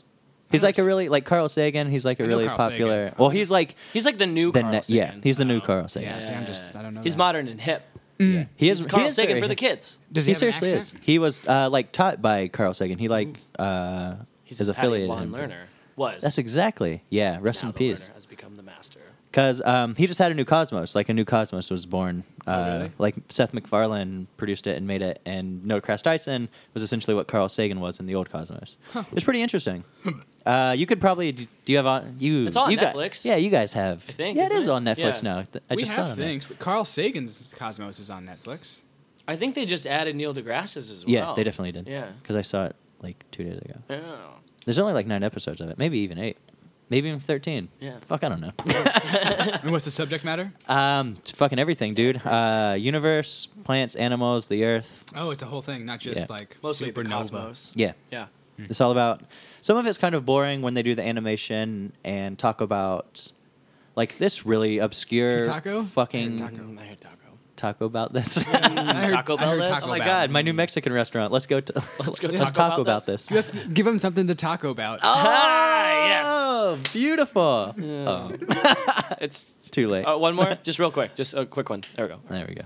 He's like a really like Carl Sagan. He's like a I know really Carl popular. Sagan. Well, he's like He's like the new the Carl ne- yeah. Sagan. Oh, He's the new Carl Sagan. Yeah, see, I'm just. I don't know. He's that. modern and hip. Yeah. He is He's Carl he is Sagan very- for the kids. Does He he, have an seriously is. accent? He was uh, like taught by Carl Sagan. He like uh, He's is a Patty affiliated. Juan him. Lerner. Was That's exactly yeah. Rest Now in the peace. Lerner has become the master. Because um, he just had a new Cosmos. Like a new Cosmos was born. Uh, Oh, really? Like Seth MacFarlane produced it and made it, and No Crash Dyson was essentially what Carl Sagan was in the old Cosmos. It's pretty interesting. Uh, you could probably do you have on you? It's on you got- Netflix. yeah, you guys have. I think, yeah, it isn't is it? on Netflix Yeah. now. Th- I we just saw have it on there. things. but Carl Sagan's Cosmos is on Netflix. I think they just added Neil deGrasse's as well. Yeah, they definitely did. Yeah. because I saw it like two days ago. Yeah. There's only like nine episodes of it, maybe even eight, maybe even thirteen. Yeah. Fuck, I don't know. (laughs) and what's the subject matter? Um, it's fucking everything, dude. Uh, universe, plants, animals, the earth. Oh, it's a whole thing, not just Yeah. like Mostly the supernova. cosmos. Yeah, Yeah. Mm. it's all about. Some of it's kind of boring when they do the animation and talk about, like this really obscure Taco? fucking Taco. Mm. I heard taco. taco about (laughs) this. I heard- Taco I Bell heard this? Taco oh my Bell. god, my new Mexican restaurant. Let's go. To, Let's go Let's Taco about talk about this. (laughs) this. Let's give him something to talk about. Ah, Oh, beautiful. Oh, yes. (laughs) It's it's too late. Oh. uh, one (laughs) more, just real quick, just a quick one. There we go. There we go.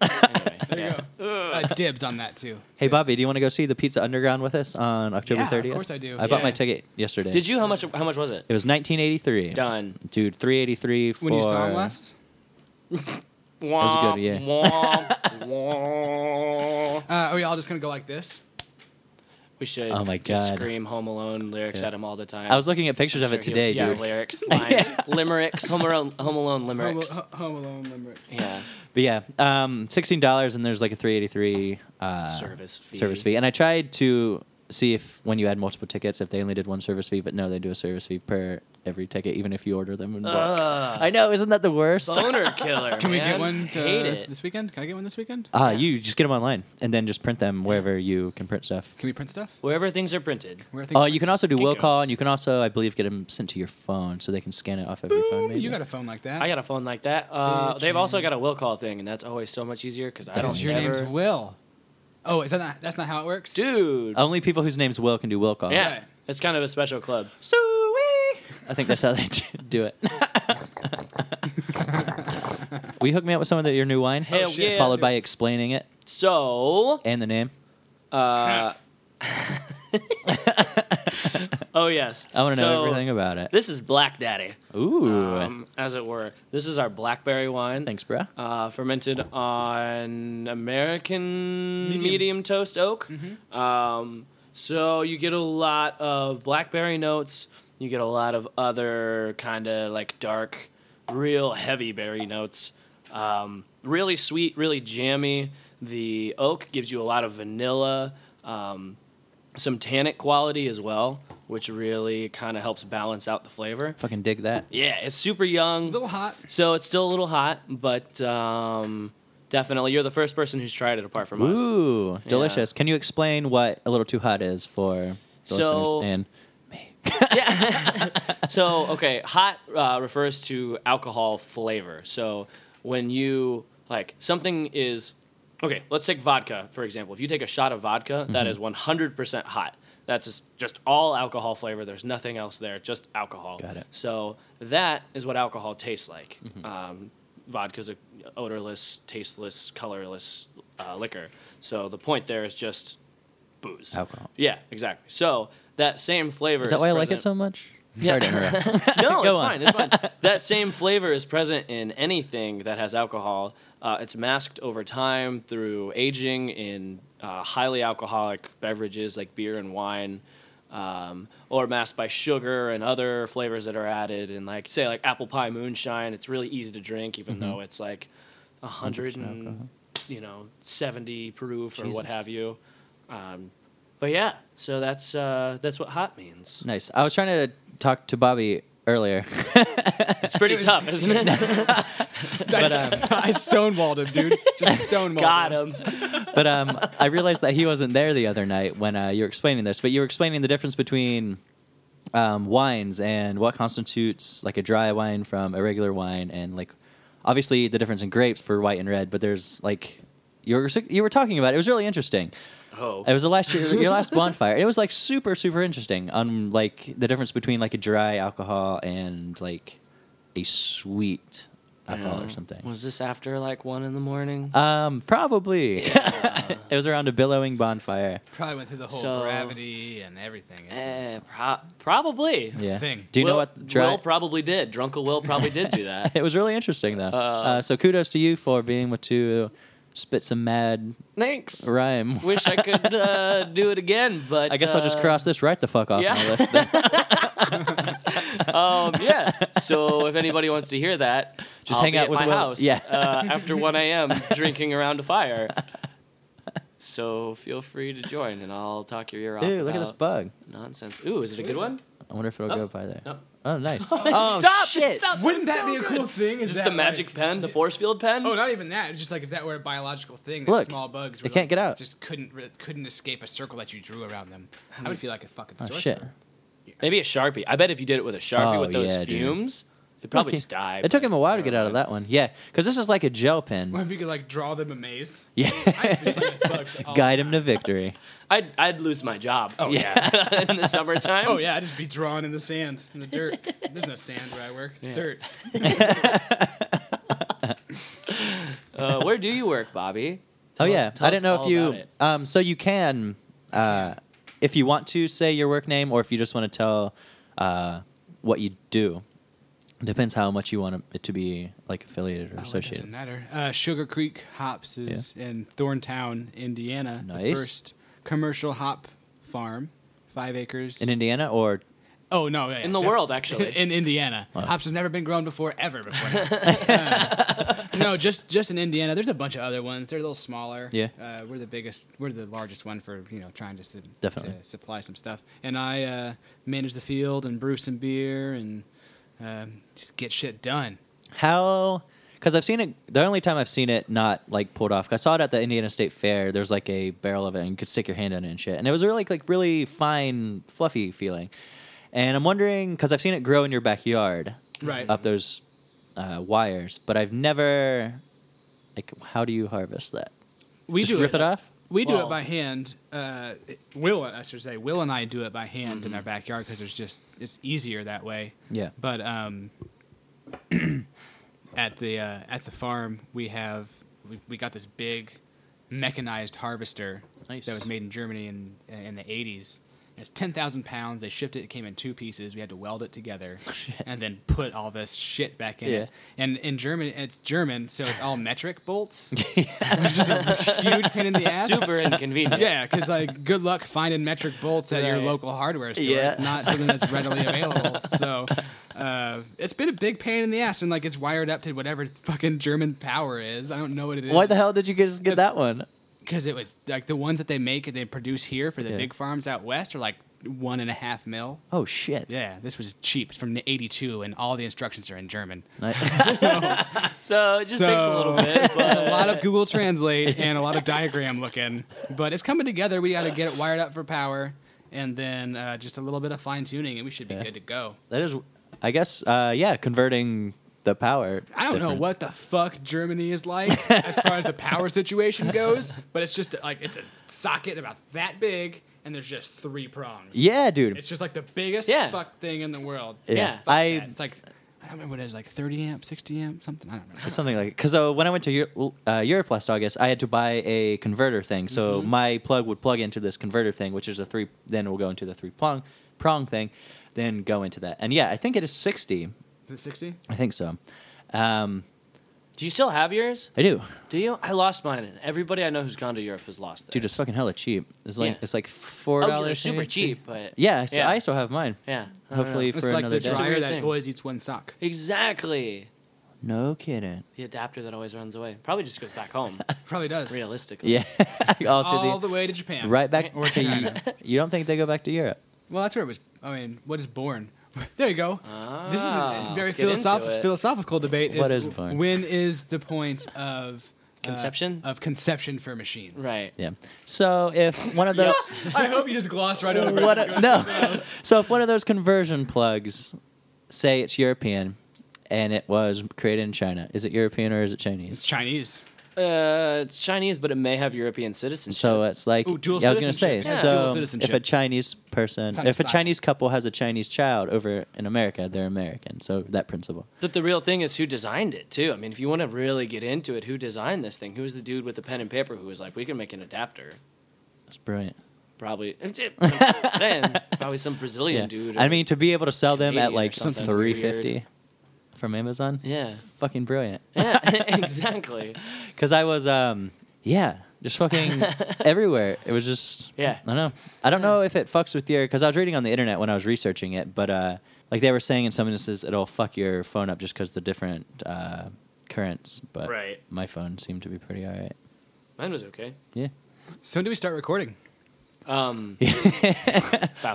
(laughs) Anyway, yeah. Uh, dibs on that too. Hey, Bobby, do you want to go see the Pizza Underground with us on October Yeah, of 30th? course I do. I bought my Yeah. ticket yesterday. Did you? How much? How much was it? It was 1983. Done. Dude, 383 for When you saw him last, That was a good- yeah. (laughs) uh, are we all just gonna go like this? We should. Oh my Just God. scream Home Alone lyrics Yeah. at him all the time. I was looking at pictures of it Sure, today, he- yeah, dude. (laughs) Lyrics, lines, limericks, Home Alone, Home Alone Home, (laughs) limericks. Ho- Home Alone limericks. Yeah. But yeah, um, $16 and there's like a 383 uh, Service fee. service fee. And I tried to see if when you had multiple tickets if they only did one service fee, but no, they do a service fee per every ticket even if you order them in bulk. Ugh. I know, isn't that the worst? Boner killer. Can we get man. one to Hate it. this weekend? Can I get one this weekend? (laughs) Uh, you just get them online and then just print them wherever you can print stuff. Can we print stuff? Wherever things are printed. Where are things Oh, you can also do will Ginkgos. call, and you can also, I believe, get them sent to your phone so they can scan it off of your phone. Maybe. You got a phone like that? I got a phone like that. Uh, they've also got a will call thing, and that's always so much easier because I Because don't Oh, Your ever. name's Will. Oh, is that not, that's not how it works? Dude. Oh, Only people whose names Will can do will call. yeah. Right. It's kind of a special club. Suey. I think that's how they (laughs) do- do it. Will you hook me up with some of the, your new wine? Hell shit. yeah, Followed dude. by explaining it So. and the name. Uh, (laughs) oh yes. I want to know So, everything about it. This is Black Daddy, Ooh. um, as it were. This is our blackberry wine. Thanks, bruh. Uh, fermented on American medium, toast oak. Um, so you get a lot of blackberry notes. You get a lot of other kind of like dark, real heavy berry notes. Um, really sweet, really jammy. The oak gives you a lot of vanilla, um, some tannic quality as well, which really kind of helps balance out the flavor. Fucking dig that. Yeah, it's super A young. (laughs) little hot. So it's still a little hot, but um, definitely you're the first person who's tried it apart from us. Ooh, delicious. Can you explain what a little too hot is for the So- listeners and me? So okay, hot uh, refers to alcohol flavor. So when you like something is okay, let's take vodka for example. If you take a shot of vodka, Mm-hmm. that is 100% hot. That's just- just all alcohol flavor. There's nothing else there, just alcohol. Got it. Mm-hmm. So that is what alcohol tastes like. Um, vodka's a odorless, tasteless, colorless uh, liquor. So the point there is just booze. Alcohol. Yeah, exactly. So that same flavor Is that why I like it so much? Sorry to interrupt. (laughs) no, Go it's on. fine. It's fine. That same flavor is present in anything that has alcohol. Uh, it's masked over time through aging in uh, highly alcoholic beverages like beer and wine, um, or masked by sugar and other flavors that are added. And like say like apple pie moonshine, it's really easy to drink, even though it's like a hundred and you know seventy proof or Jesus. what have you. Um, but yeah, so that's uh, that's what hot (laughs) means. Nice. I was trying to talk to Bobby (laughs) earlier. It's pretty tough, isn't it? uh, um, (laughs) I stonewalled him, dude. Just stonewalled Got him. but um, I realized that he wasn't there the other night when uh, you were explaining this. But you were explaining the difference between um, wines and what constitutes like a dry wine from a regular wine, and like obviously the difference in grapes for white and red. But there's like you were you were talking about. It, it was really interesting. Oh. It was the last year, your last bonfire. It was like super super interesting on like the difference between like a dry alcohol and like a sweet alcohol or something. Was this after like one in the morning? Um, probably. (laughs) it was around a billowing bonfire. Probably went through the whole So- gravity and everything. It's Eh, pro- probably. the Yeah. thing. Do you Will, know what? dri- Will probably did. Drunken Will probably did do that. (laughs) it was really interesting though. uh, so kudos to you for being able to spit some mad Thanks. rhyme. (laughs) Wish I (laughs) could uh, do it again, but I guess I'll just uh, cross this right the fuck off yeah. my (laughs) list. Then. Um, (laughs) yeah. So if anybody wants to hear that, Just I'll hang be out at with my Will. house. Yeah. Uh, after one a.m. (laughs) drinking around a fire. So feel free to join, and I'll talk your ear off. Dude, look at this about bug. nonsense. Ooh, is it a good one? I wonder if it'll go by there. no. Oh, nice. Stop! (laughs) It stopped. Wouldn't that So be a good. cool thing? Is Just that the magic like- pen, the force field pen. Oh, not even that. It's Just like if that were a biological thing, that Look, small bugs they were, can't like, get out. Just couldn't re- couldn't escape a circle that you drew around them. I would feel like a fucking Oh, sorcerer. shit. Maybe a sharpie. I bet if you did it with a sharpie Oh, with those yeah, dude. fumes, it probably Okay. just died. It took him a while to I get don't out of know. that one. Yeah, because this is like a gel (laughs) What pen. (laughs) if you could like draw them a maze? (laughs) Yeah. Guide him to victory. I'd I'd lose my job. Oh yeah. (laughs) in (laughs) the summertime. oh yeah. I'd just be drawn in the sand, in the dirt. There's no sand where I work. Dirt. (laughs) (laughs) Uh, where do you work, Bobby? Oh Tell us- yeah, tell I us didn't know all if you. about (laughs) it. Um, so you can, uh, if you want to say your work name, or if you just want to tell uh, what you do. Depends how much you want it to be like affiliated or Oh, it Doesn't associated. matter. Uh, Sugar Creek Hops is in Thorntown, Indiana. The Nice. first commercial hop farm, five acres. In Indiana or oh no, yeah, In the def- world, actually. (laughs) in Indiana, hops have never been grown before, ever (laughs) before. (laughs) Uh, no, just just in Indiana. There's a bunch of other ones. They're a little smaller. Yeah. uh, we're the biggest. We're the largest one for you know trying to, su- Definitely. to supply some stuff. And I uh, manage the field and brew some beer and uh, just get shit done. How? Because I've seen it. The only time I've seen it not like pulled off. 'cause I saw it at the Indiana State Fair. There's like a barrel of it, and you could stick your hand in it and shit. And it was really like really fine, fluffy feeling. And I'm wondering because I've seen it grow in your backyard, Right. Up those uh, wires, but I've never like how do you harvest that? We Just do rip it, off. We do Well- it by hand. Uh, it- Will, I should say, Will and I do it by hand Mm-hmm. in our backyard because there's just it's easier that way. Yeah. But um, (clears throat) at the uh, at the farm, we have we, we got this big mechanized harvester Nice. that was made in Germany in in the 80s. And It's ten thousand pounds. They shipped it. It came in two pieces. We had to weld (laughs) it together, and then put all this shit back in Yeah. it. And in German, it's German, so it's all (laughs) metric bolts, which is a huge pain in the ass. Super inconvenient. (laughs) Yeah, because like, good luck finding metric bolts at your Right. local hardware store. Yeah. It's not (laughs) something that's readily available. So, uh, it's been a big pain in the ass, and like, it's wired up to whatever fucking German power is. I don't know what it is. Why the hell did you just get that one? Because it was like the ones that they make and they produce here for the Yeah. big farms out west are like one and a half mil. Oh shit! Yeah, this was cheap. It's from the '82, and all the instructions are in German. (laughs) Nice. So it just takes a little So- bit. It's like- (laughs) There's a lot of Google Translate and a lot of diagram looking, but it's coming together. We got to get it wired up for power, and then uh, just a little bit of fine tuning, and we should be good to go. that is, I guess. Uh, yeah, converting the power. I don't know difference. what the fuck Germany is like as far as the power situation goes, but it's just like it's a socket about that big, and there's just three prongs. Yeah, dude. It's just like the biggest Yeah. fuck thing in the world. yeah, Fuck I. that. it's like I don't remember what it is, like 30 amp, 60 amp, something. I don't remember. something like because uh, when I went to Eu- uh, Europe last August, I had to buy a converter thing. So Mm-hmm. my plug would plug into this converter thing, which is a three. Then we will go into the three prong prong thing, then go into that. And yeah, I think it is sixty. Is it 60? I think so. Um, Do you still have yours? I do. Do you? I lost mine, and everybody I know who's gone to Europe has lost theirs. Dude, it's fucking hella cheap. It's like Yeah. it's like four oh, they're dollars. super cheap, but Yeah, so yeah. I still have mine. yeah. I don't know. Hopefully It's for like another the day. dry- dryer Weird that thing. always eats one sock. exactly No kidding. the adapter that always runs away probably just goes back (laughs) home. Probably does. realistically, Yeah, (laughs) all to All the, the way to Japan. (laughs) right back. Or to, China. Eu- you don't think they go back to Europe? Well, that's where it was. I mean, what is born? (laughs) There you go. this is Ah, a very let's get into philosoph- it. philosophical debate. What is is born? When is the point of uh, Conception? of conception for machines? right? Yeah. So if (laughs) one of those. (laughs) I hope you just gloss (laughs) right over. what it. a- no. (laughs) so if one of those conversion plugs, say it's European, and it was created in China, is it European or is it It's Chinese? Chinese. uh, it's Chinese, but it may have European citizenship. So uh, it's like Ooh, dual yeah, I was gonna say. citizenship. So Yeah. Dual if a citizenship. Chinese person, Kinda if a side. Chinese couple has a Chinese child over in America, they're American. So that principle. But the real thing is who designed it too. I mean, if you want to really get into it, who designed this thing? Who was the dude with the pen and paper who was like, we can make an adapter? That's brilliant. Probably, (laughs) I'm saying, probably some Brazilian Yeah. dude. or- I mean, to be able to sell them Canadian at or like something three fifty weird. from Amazon, yeah, fucking brilliant. yeah, (laughs) (laughs) exactly. Because I was, um, yeah, (laughs) just fucking everywhere. It was just, Yeah. I don't know. I don't know if it fucks with your. Because I was reading on the internet when I was researching it, but uh, like they were saying in some instances, it'll fuck your phone up just because the different uh, currents. But Right. my phone seemed to be pretty all right. Mine was okay. Yeah. So when do we start recording? Um,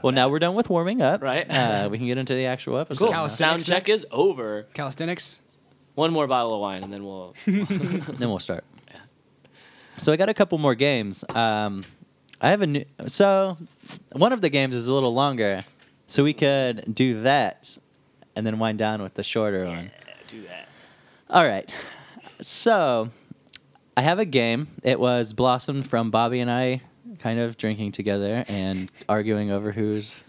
Well, now we're done with warming up. Right. Uh, we can get into the actual episode. Cool. now. Calisthenics sound check next? is over. Calisthenics. One more bottle of wine, and then (laughs) we'll. then we'll start. So I got a couple more games. Um, I have a new. So one of the games is a little longer, so we could do that, and then wind down with the shorter one. do that. All right. So I have a game. It was blossomed from Bobby and I kind of drinking together and arguing over who's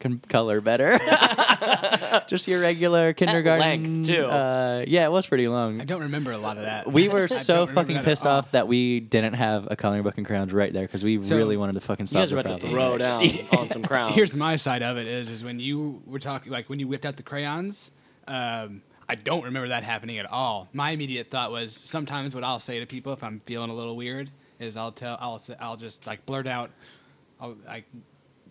con- color (laughs) better. (laughs) Just your regular kindergarten length, too. Uh, yeah, it was pretty long I don't remember a lot of that. we (laughs) I were don't so remember fucking that at pissed all. off that we didn't have a coloring book and crayons right there because we So- really wanted to fucking You solve guys the are about to throw problem. down (laughs) on some crowns. Here's my side of it is is when you were talking like when you whipped out the crayons, um, I don't remember that happening at all. My immediate thought was sometimes what I'll say to people if I'm feeling a little weird is I'll tell I'll s- I'll just like blurt out, I'll like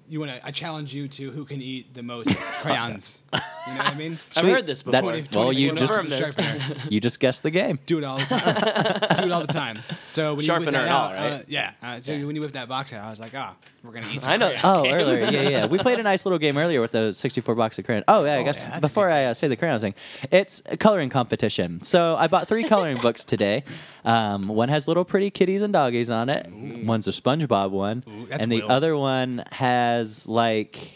you want to I challenge you to who can eat (laughs) the most crayons. you know what I mean? I've Sweet. heard this before. That's- Well, you just- confirm this. Sharpener. You just guessed the (laughs) game. Do it all the time. Do it all the time. So when Sharpener you whip that and all, out, right? uh, yeah. Uh, so when you whip that box out, I was like, ah, we're gonna eat. Some I know. crayons. Oh, game. earlier, yeah, yeah. We played a nice little game earlier with the 64 box of crayons. Oh, yeah, I Oh, guess yeah, that's a before good I uh, say the crayon thing, it's a coloring competition. So I bought three (laughs) coloring books today. Um, one has little pretty kitties and doggies on it. One's a SpongeBob one, Ooh, that's and the Will's. other one has like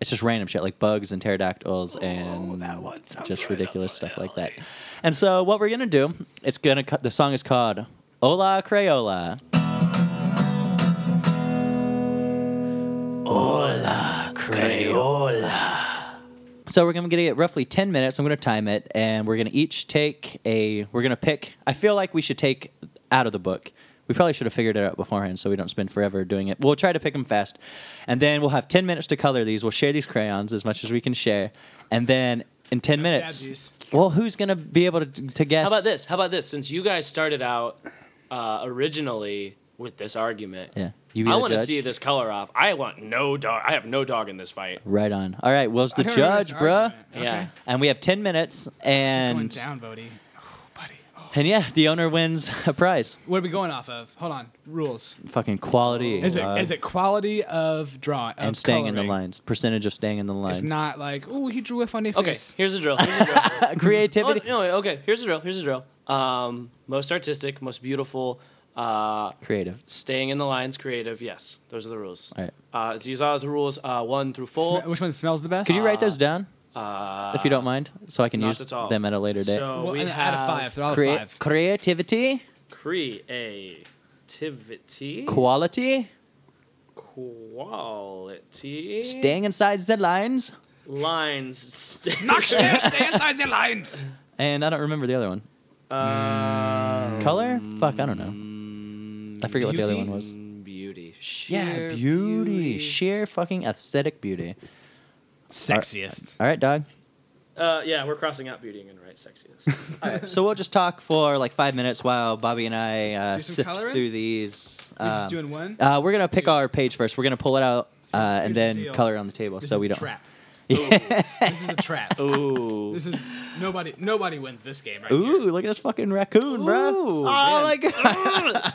it's just random shit like bugs and pterodactyls and just ridiculous stuff like that. And so what we're gonna do? It's gonna cut. The song is called "Hola Crayola." So we're gonna get roughly ten minutes. I'm gonna time it, and we're gonna each take a. We're gonna pick. I feel like we should take out of the book. We probably should have figured it out beforehand, so we don't spend forever doing it. We'll try to pick them fast, and then we'll have ten minutes to color these. We'll share these crayons as much as we can share, and then in ten No stab minutes, juice. well, who's gonna be able to, to How guess? about this? How about this? Since you guys started out uh, originally with this argument, Yeah, you be I the want to judge? see this color off. I want no dog. I have no dog in this fight. Right on. All right, Will's I the don't remember judge, this bruh. argument. Yeah. And we have ten minutes, Going and down, Bodie. Oh, buddy. Oh. and yeah, the owner wins a prize. What are we going off of? Hold on. Rules. Fucking quality. Is it uh, is it quality of draw of and staying in the coloring? lines. Percentage of staying in the lines. It's not like oh he drew a funny Okay. face. Here's the drill. Here's (laughs) the drill. (laughs) creativity. Oh, no, okay, here's the drill. Here's the drill. Um, most artistic, most beautiful, uh, Creative. staying in the lines, creative. Yes, those are the rules. All right. Uh, these are the rules uh, one through four. Sm- which one smells the best? Could you write those down uh, if you don't mind, so I can not use at all. them at a later date? So Well, we and have out of five. They're all Crea- (laughs) five. creativity, creativity, quality, quality, staying inside the lines, lines. st- (laughs) (laughs) Knock shit, stay inside the lines. and I don't remember the other one. um, Mm. Color? Fuck, I don't Mm. know. I forget what the other beauty? one was. Mm, beauty. Sheer Yeah, beauty. sheer fucking aesthetic beauty. Sexiest. All right, dog. Uh, yeah, we're crossing out beauty and right (laughs) sexiest. All right, so we'll just talk for like five minutes while Bobby and I uh, Do some sift coloring? through these. We're just um, doing one? Uh, we're gonna pick our page first. We're gonna pull it out uh, So here's and the then deal. color on the table, This so is we a don't. Trap. (laughs) Ooh. This is a trap. Ooh. This is nobody. Nobody wins this game right here. Ooh, look at this fucking raccoon, bro! Oh Ooh, (laughs) my god!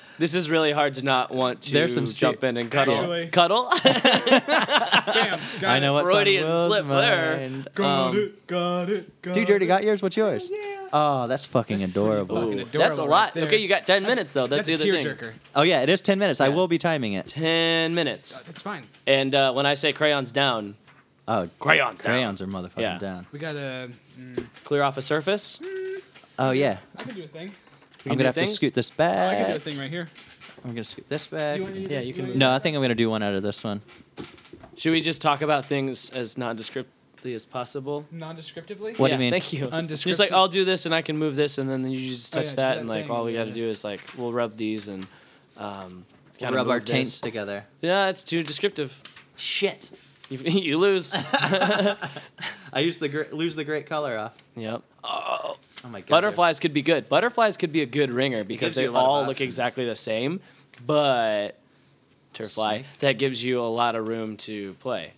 (laughs) this is really hard to not want to There's some jump se- in and cuddle. Actually- (laughs) Cuddle? Bam, got I know It. what's Freudian on Will's slip there. mind. Got Um, it. Got it. Got Dude, you already got yours. What's yours? Oh, that's fucking adorable. fucking Ooh, (laughs) that's a adorable right lot. there. okay, you got 10 minutes, though. That's, That's a the other thing. tearjerker. Oh yeah, it is ten minutes. I will be timing it. 10 minutes. That's fine. And uh, when I say crayons down, Oh, crayons down. crayons are motherfucking Yeah. down. We got a. Mm, Clear off a surface. Oh yeah. I can do a thing. We I'm can gonna do have to things? scoot this Oh, I back. can do a thing right here. I'm gonna scoot this Do back. you want any of Yeah, the- you can want move any No, of I think I'm gonna do one out of this one. Should we just talk about things as nondescriptly as possible? the- non-descriptively. What do Yeah, you mean? Thank you. Just like Undescription- I'll do this and I can move this, and then you just Oh, touch yeah, that, do that and like thing, all we yeah. got to do is like we'll rub these and um, Gotta kinda rub our move this. taints together. Yeah, it's too descriptive. Shit, you, (laughs) you (laughs) lose. I use the gr- lose the great color off. yep. Oh my god. Butterflies could be good. Butterflies could be a good ringer because gives you they a lot of all look options. exactly the same, but Turfly Snake. that gives you a lot of room to play.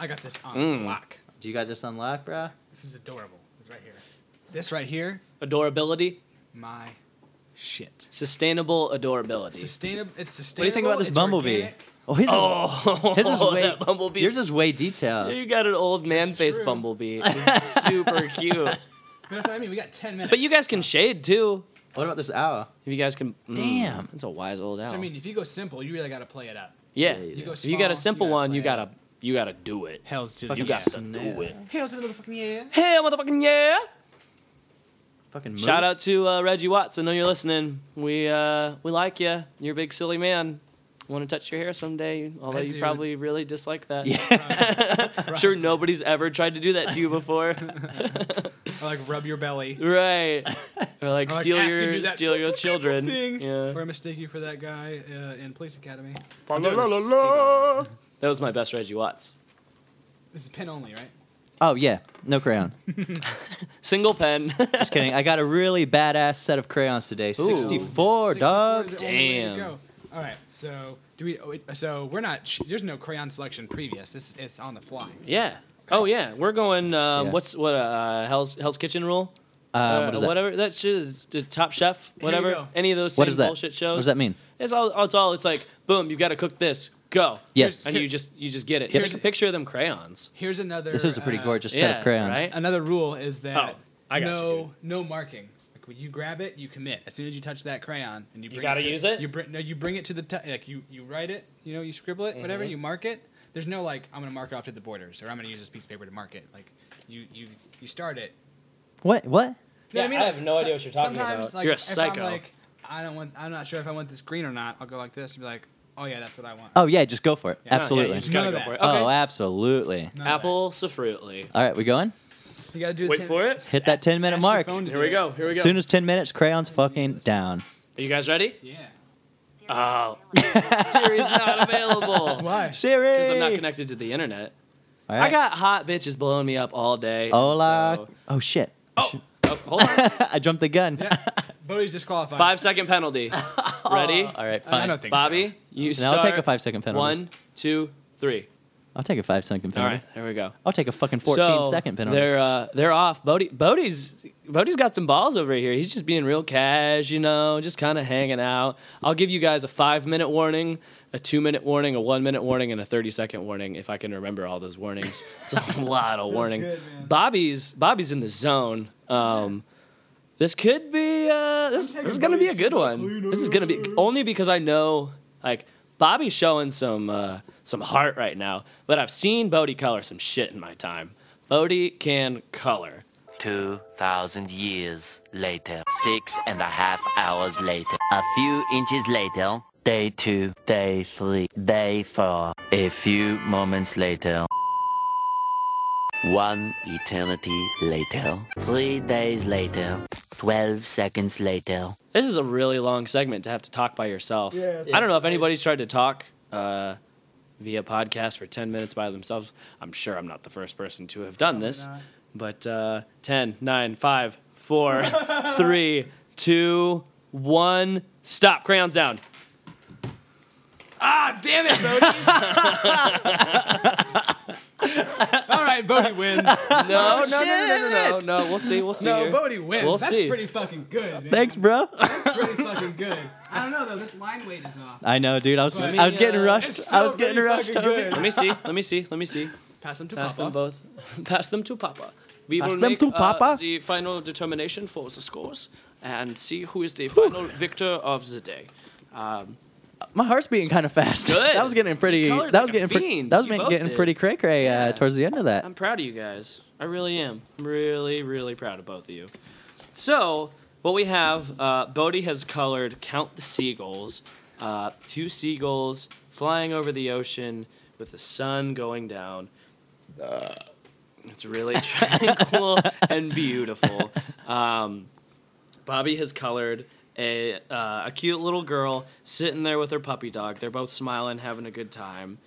I got this on Mm. lock. Do you got this unlocked, bro? This is adorable. It's right here. This right here, Adorability, my shit. sustainable adorability. Sustainable. It's What sustainable. do you think about this it's bumblebee? organic. Oh, his is, oh, his is (laughs) way that bumblebee. yours is way (laughs) detailed. you got an old man That's face true. (laughs) bumblebee. It's super cute. But that's what I mean. We got ten minutes. But you guys can shade too. What about this owl? If you guys can. mm, Damn. that's a wise old owl. So, I mean, if you go simple, you really got to play it up. yeah. Yeah, you if do. you got a small, simple you gotta one, you play it gotta you gotta do it. Hell's to Fucking You got to snap. do it. Hell's to the motherfucking yeah. (laughs) Hey, motherfucking yeah! Fucking moose. Shout out to uh, Reggie Watts. I know you're listening. We uh, we like you. You're a big silly man. Want to touch your hair someday? Although That you dude. probably really dislike that. Yeah. (laughs) I'm sure nobody's ever tried to do that to you (laughs) before. Or like rub your belly. (laughs) right. Or like Or, like, steal ask him to do your that steal your children. Thing. Yeah. Or mistake you for that guy uh, in Police Academy. That was my best Reggie Watts. This is pen only, right? oh yeah, no (laughs) crayon. Single pen. (laughs) Just kidding. I got a really badass set of crayons today. Ooh. 64, 64 dog. is the only way to Damn. go. All right. So do we? oh, wait, So we're not. sh- There's no crayon selection previous. This it's on the fly. yeah. Oh yeah. We're going. Um, Yeah. What's what? Uh, Hell's Hell's Kitchen rule. Um, Uh, what is that? Whatever that shit is, the Top Chef, you whatever, go. any of those same What is that? bullshit shows. What does that mean? It's all. It's all. It's like boom. You've got to cook this. Go. Yes. And you just you just get it. Yep. Take a picture of them crayons. Here's another. This is a pretty uh, gorgeous set yeah, of crayons. right? Another rule is that Oh, I got you, no no marking. Like when you grab it, you commit. As soon as you touch that crayon, and you bring gotta it to- use it? You bring no, you bring it to the t- like you you write it. You know, you scribble it, whatever. Mm-hmm. You mark it. There's no like I'm gonna mark it off to the borders, or I'm gonna use this piece of paper to mark it. Like you you you start it. What? What? You know what Yeah, I have no so- idea what you're talking sometimes, about. Like, You're a if psycho. I'm like, I don't want. I'm not sure if I want this green or not. I'll go like this and be like, oh yeah, that's what I want. Oh yeah, just go for it. Yeah. Yeah, Absolutely. you just gotta None go of for it. that. Okay. Oh, absolutely. None of that. Apple safrutely. All right, we going? You gotta do. the Wait ten- for ask it. Hit that 10 minute your mark. phone to Here do we it. go. Here we go. As soon as 10 minutes, crayons fucking down. Are you guys ready? Yeah. Oh, Siri's not (laughs) available. Why? Siri. Because I'm not connected to the internet. All I got hot bitches blowing me up all day. and Hola. so- Oh shit. I Oh, should- (laughs) oh, hold on. I jumped the gun. (laughs) Yeah. (laughs) Bodie's disqualified. Five second penalty. Ready? All right, I- I fine. don't think Bobby, you No, start. I'll take a five second penalty. One, two, three. I'll take a five second All penalty. right, there we go. I'll take a fucking So, 14 second penalty. They're uh, they're off. Bodie Bodie's Bodie's got some balls over here. He's just being real cash, you know, just kind of hanging out. I'll give you guys a five minute warning, a two minute warning, a one minute warning, and a thirty second warning if I can remember all those warnings. (laughs) It's a lot of warning. good, man. Bobby's Bobby's in the zone. Um, this could be uh, this, this is gonna be a good one. This is gonna be only because I know like Bobby's showing some uh, some heart right now, but I've seen Bodie color some shit in my time. Bodie can color. 2,000 years later, six and a half hours later, a few inches later, day two, day three, day four, a few moments later, one eternity later, three days later, 12 seconds later. This is a really long segment to have to talk by yourself. Yeah, I don't know if anybody's tried to talk uh, via podcast for 10 minutes by themselves. I'm sure I'm not the first person to have done this, but uh, 10, 9, 5, 4, 3, 2, 1. Stop. Crayons down. Ah, damn it, Bodie. (laughs) All right, Bodie wins. No, no, no, no, no, no, no. We'll see. We'll see. No, here. Bodie wins. We'll That's see. pretty fucking good. Man. Thanks, bro. That's pretty fucking good. I don't know though. This line weight is off. I know, dude. I was But- I was getting Yeah. It's rushed. still I was getting pretty rushed. fucking homie. Let good. me see. Let me see. Let me see. Pass them to Pass them Papa. both. (laughs) Pass them to Papa. We Pass will them make to Uh, Papa. the final determination for the scores and see who is the final victor of the day. Um, My heart's beating kind of fast. Good. that was getting pretty. colored That like was a getting pretty. fiend. That was You getting- both getting did. pretty cray cray Yeah. uh, towards the end of that. I'm proud of you guys. I really am. I'm really, really proud of both of you. So what we have, uh, Bodhi has colored Count the Seagulls, uh, two seagulls flying over the ocean with the sun going down. It's really (laughs) tranquil and beautiful. Um, Bobby has colored a uh, a cute little girl sitting there with her puppy dog. They're both smiling, having a good time.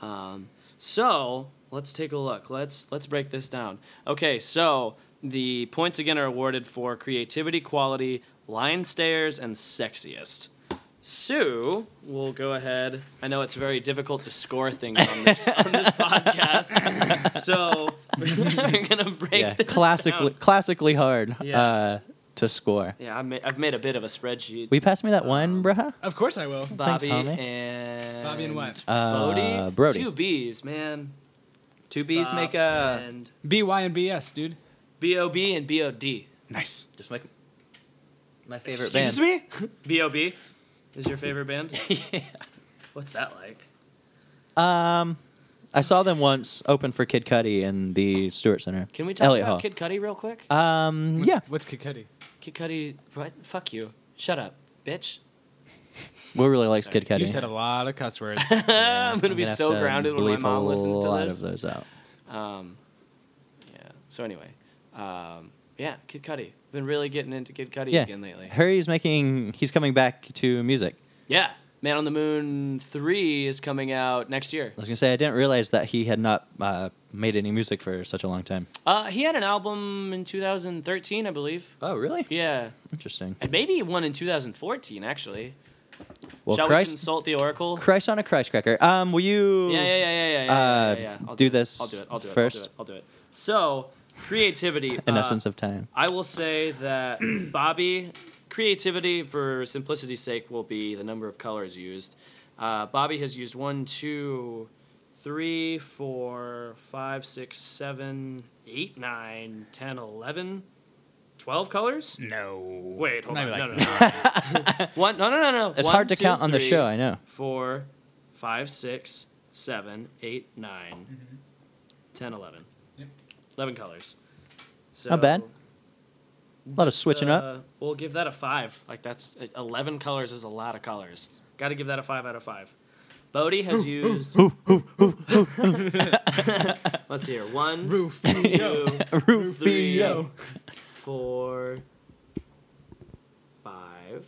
Um, so let's take a look. Let's let's break this down. Okay, so the points again are awarded for creativity, quality, line stairs, and sexiest. Sue, we'll go ahead. I know it's very difficult to score things (laughs) on this, on this podcast, so (laughs) we're gonna break yeah, this classically, down. classically hard Yeah. uh, to score. Yeah, I ma- I've made a bit of a spreadsheet. Will you pass me that Um, one, bruh? Of course I will. Bobby Thanks, homie. and Bobby and what? Uh, Bodie? Brody. Two B's, man. Two bees Bob make a. and B Y and B S, dude. B O B and B O D. Nice. Just make my favorite Excuse band. me? (laughs) B O B is your favorite (laughs) band? yeah. What's that like? Um, I saw them once open for Kid Cudi in the Stewart Center. Can we talk Elliot about Hall. Kid Cudi real quick? Um, What's, yeah, What's Kid Cudi? Kid Cudi, what? Fuck you. Shut up, (laughs) bitch. (laughs) we really likes Sorry, Kid Cudi. You said a lot of cuss (laughs) words. I'm gonna be have so to grounded when my bleep mom listens to A lot this. of those out. Um, yeah. So anyway, um, yeah, Kid Cudi. Been really getting into Kid Cudi Yeah, again lately. Harry's making. He's coming back to music. Yeah. Man on the Moon 3 is coming out next year. I was gonna say I didn't realize that he had not uh, made any music for such a long time. Uh, he had an album in 2013, I believe. Oh, really? Yeah. Interesting. And maybe one in 2014, actually. Well, Shall we Christ, consult the Oracle? Christ on a Christ cracker. Um, will you? yeah, yeah, yeah, yeah, yeah, yeah, uh, yeah, yeah, yeah. I'll do it. this I'll do it. I'll do it. first? I'll do it. I'll do it. So, creativity. (laughs) In uh, essence of (laughs) time. I will say (clears throat) that Bobby, creativity for simplicity's sake will be the number of colors used. Uh, Bobby has used one, two, three, four, five, six, seven, eight, nine, ten, eleven, twelve colors? no. Wait, hold Maybe on. Mm. like no, no, no. one, no, no, no, no. It's One, hard to two, count on the three, show. I know. Four, five, six, seven, eight, nine, ten, eleven. Eleven colors. So, Not bad. A lot of switching up. uh, We'll give that a five. Like that's uh, eleven colors is a lot of colors. Got to give that a five out of five. Bodie has used. (laughs) (gasps) (laughs) Let's hear one, (laughs) two, (laughs) (laughs) three, Rufio. four, five.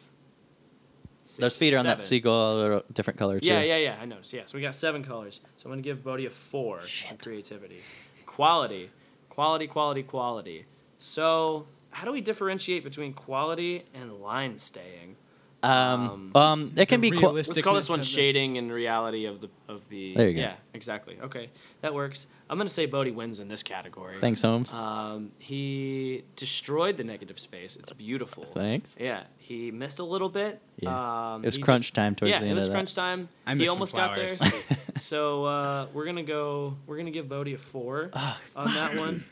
six, Those feet are on that seven. seagull, are different color too. Yeah, yeah, yeah. I noticed. Yeah, so we got seven colors. So I'm gonna give Bodhi a four on creativity, quality, quality, quality, quality. So how do we differentiate between quality and line staying? Um, um, it can be. Qu- realistic- Let's call this Stickness one of the- shading and reality of the of the. There you go. Yeah, exactly. Okay, that works. I'm gonna say Bodhi wins in this category. Thanks, Holmes. Um, he destroyed the negative space. It's beautiful. Thanks. Yeah, he missed a little bit. Yeah. Um, It was he crunch time towards yeah, the it end was of that. crunch time. I he missed some almost got there. flowers. (laughs) so uh, we're gonna go. We're gonna give Bodhi a four on that one.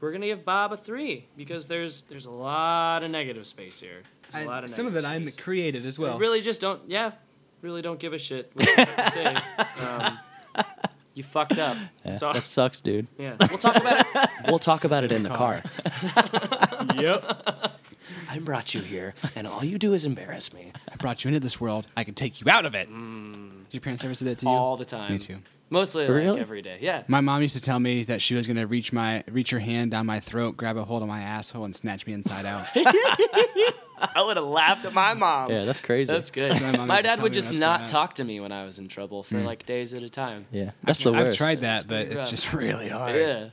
We're gonna give Bob a three because there's there's a lot of negative space here. There's a lot I, of some of it negative I space. created as We well. really just don't. Yeah, really don't give a shit. What you, have to (laughs) say. Um, you fucked up. Yeah, That's all. that sucks, dude. Yeah, we'll talk about it. (laughs) We'll talk about it in the car. (laughs) yep. (laughs) I brought you here, and all you do is embarrass me I brought you into this world. I can take you out of it. Did your parents ever say that to you? Mm. all the time. Me too. Mostly like Really? every day. Yeah. My mom used to tell me that she was gonna reach my reach her hand down my throat, grab a hold of my asshole, and snatch me inside out. (laughs) I would have laughed at (laughs) my mom. (laughs) Yeah, that's crazy. That's good. my mom my used to dad tell would me just that's not bad. talk to me when I was in trouble for like days at a time. Mm. yeah, that's the worst. I've tried that, but pretty rough. it's just really hard. Yeah.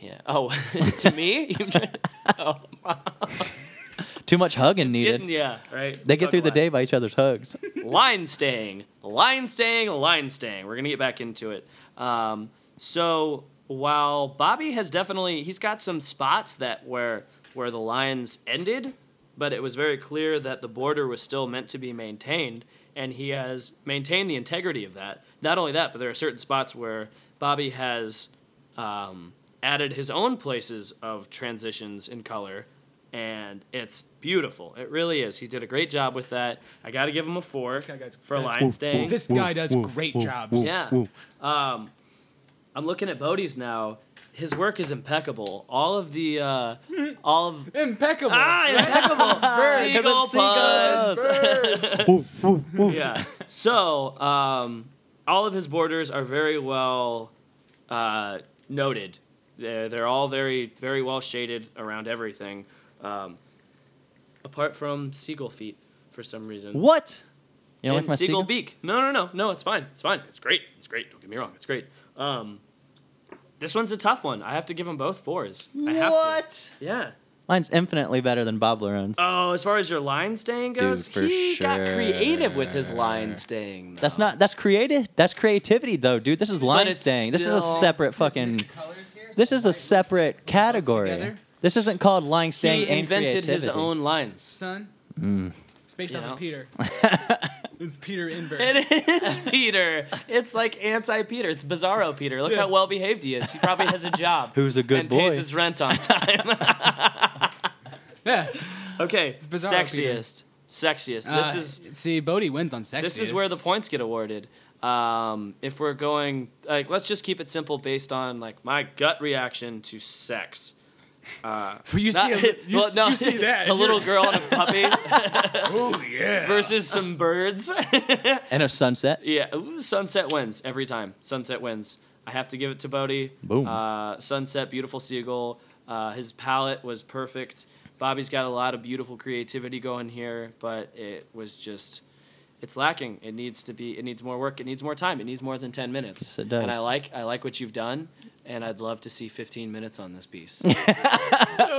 Yeah. Oh, (laughs) to me? (laughs) You (laughs) try- oh, Too much hugging needed. getting, yeah, right. they get Fuck through the line. day by each other's hugs. line staying, line staying, line staying. We're gonna get back into it. Um, so while Bobby has definitely, he's got some spots that where where the lines ended, but it was very clear that the border was still meant to be maintained, and he has maintained the integrity of that. Not only that, but there are certain spots where Bobby has um, added his own places of transitions in color, and it's beautiful. It really is. He did a great job with that. I got to give him a four guys, for guys. line staying. This guy does great jobs. Yeah. Um, I'm looking at Bodie's now. his work is impeccable. All of the uh, all of Impeccable. ah (laughs) impeccable Birds. seagull Because of puns. yeah. So, um, all of his borders are very well uh, noted. They're, they're all very, very well shaded around everything, um, apart from seagull feet for some reason. What? You don't And like my seagull seagull? beak. No, no, no, no. It's fine. It's fine. It's great. It's great. Don't get me wrong. It's great. Um, this one's a tough one. I have to give them both fours. I have to. What? Yeah. Mine's infinitely better than Bob Larone's. Oh, as far as your line staying goes, for he got creative with his sure. line staying. Though. that's not that's creative. That's creativity though, dude. This is line it's staying. This is a still- (laughs) separate fucking. Colors here. This is a separate category. together. This isn't called line staying. He and invented his creativity. own lines. Sun. It's based You off know? (laughs) of Peter. it's Peter inverse. It is (laughs) Peter. It's like anti-Peter. It's Bizarro Peter. Look how well behaved he is. He probably has a job. (laughs) Who's a good and boy? pays his rent on time. (laughs) yeah. okay, Bizarro sexiest, sexiest. This Uh, is see Bodhi wins on sex. this is where the points get awarded. Um, if we're going like, let's just keep it simple based on like my gut reaction to (laughs) sex. Uh, you see Not- a, (laughs) you, well, s- no, you see that a little girl and a (laughs) puppy. oh yeah. Versus some birds. and a sunset. yeah, ooh, sunset wins every time. Sunset wins. I have to give it to Bodhi. Boom. Uh, sunset, beautiful seagull. Uh, his palette was perfect. Bobby's got a lot of beautiful creativity going here, but it was just. It's lacking. It needs to be. It needs more work. It needs more time. It needs more than ten minutes. Yes, it does. And I like. I like what you've done, and I'd love to see fifteen minutes on this (laughs) piece. (laughs) so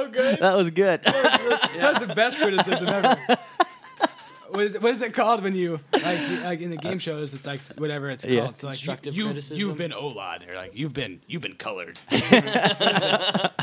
good. That (laughs) was good. (laughs) That's the best criticism (laughs) ever. What is, it, what is it called when you like you- like in the game shows? It's like whatever it's Yeah. called. It's like Constructive you, you've- criticism? You've been olad, or like you've been you've been colored. I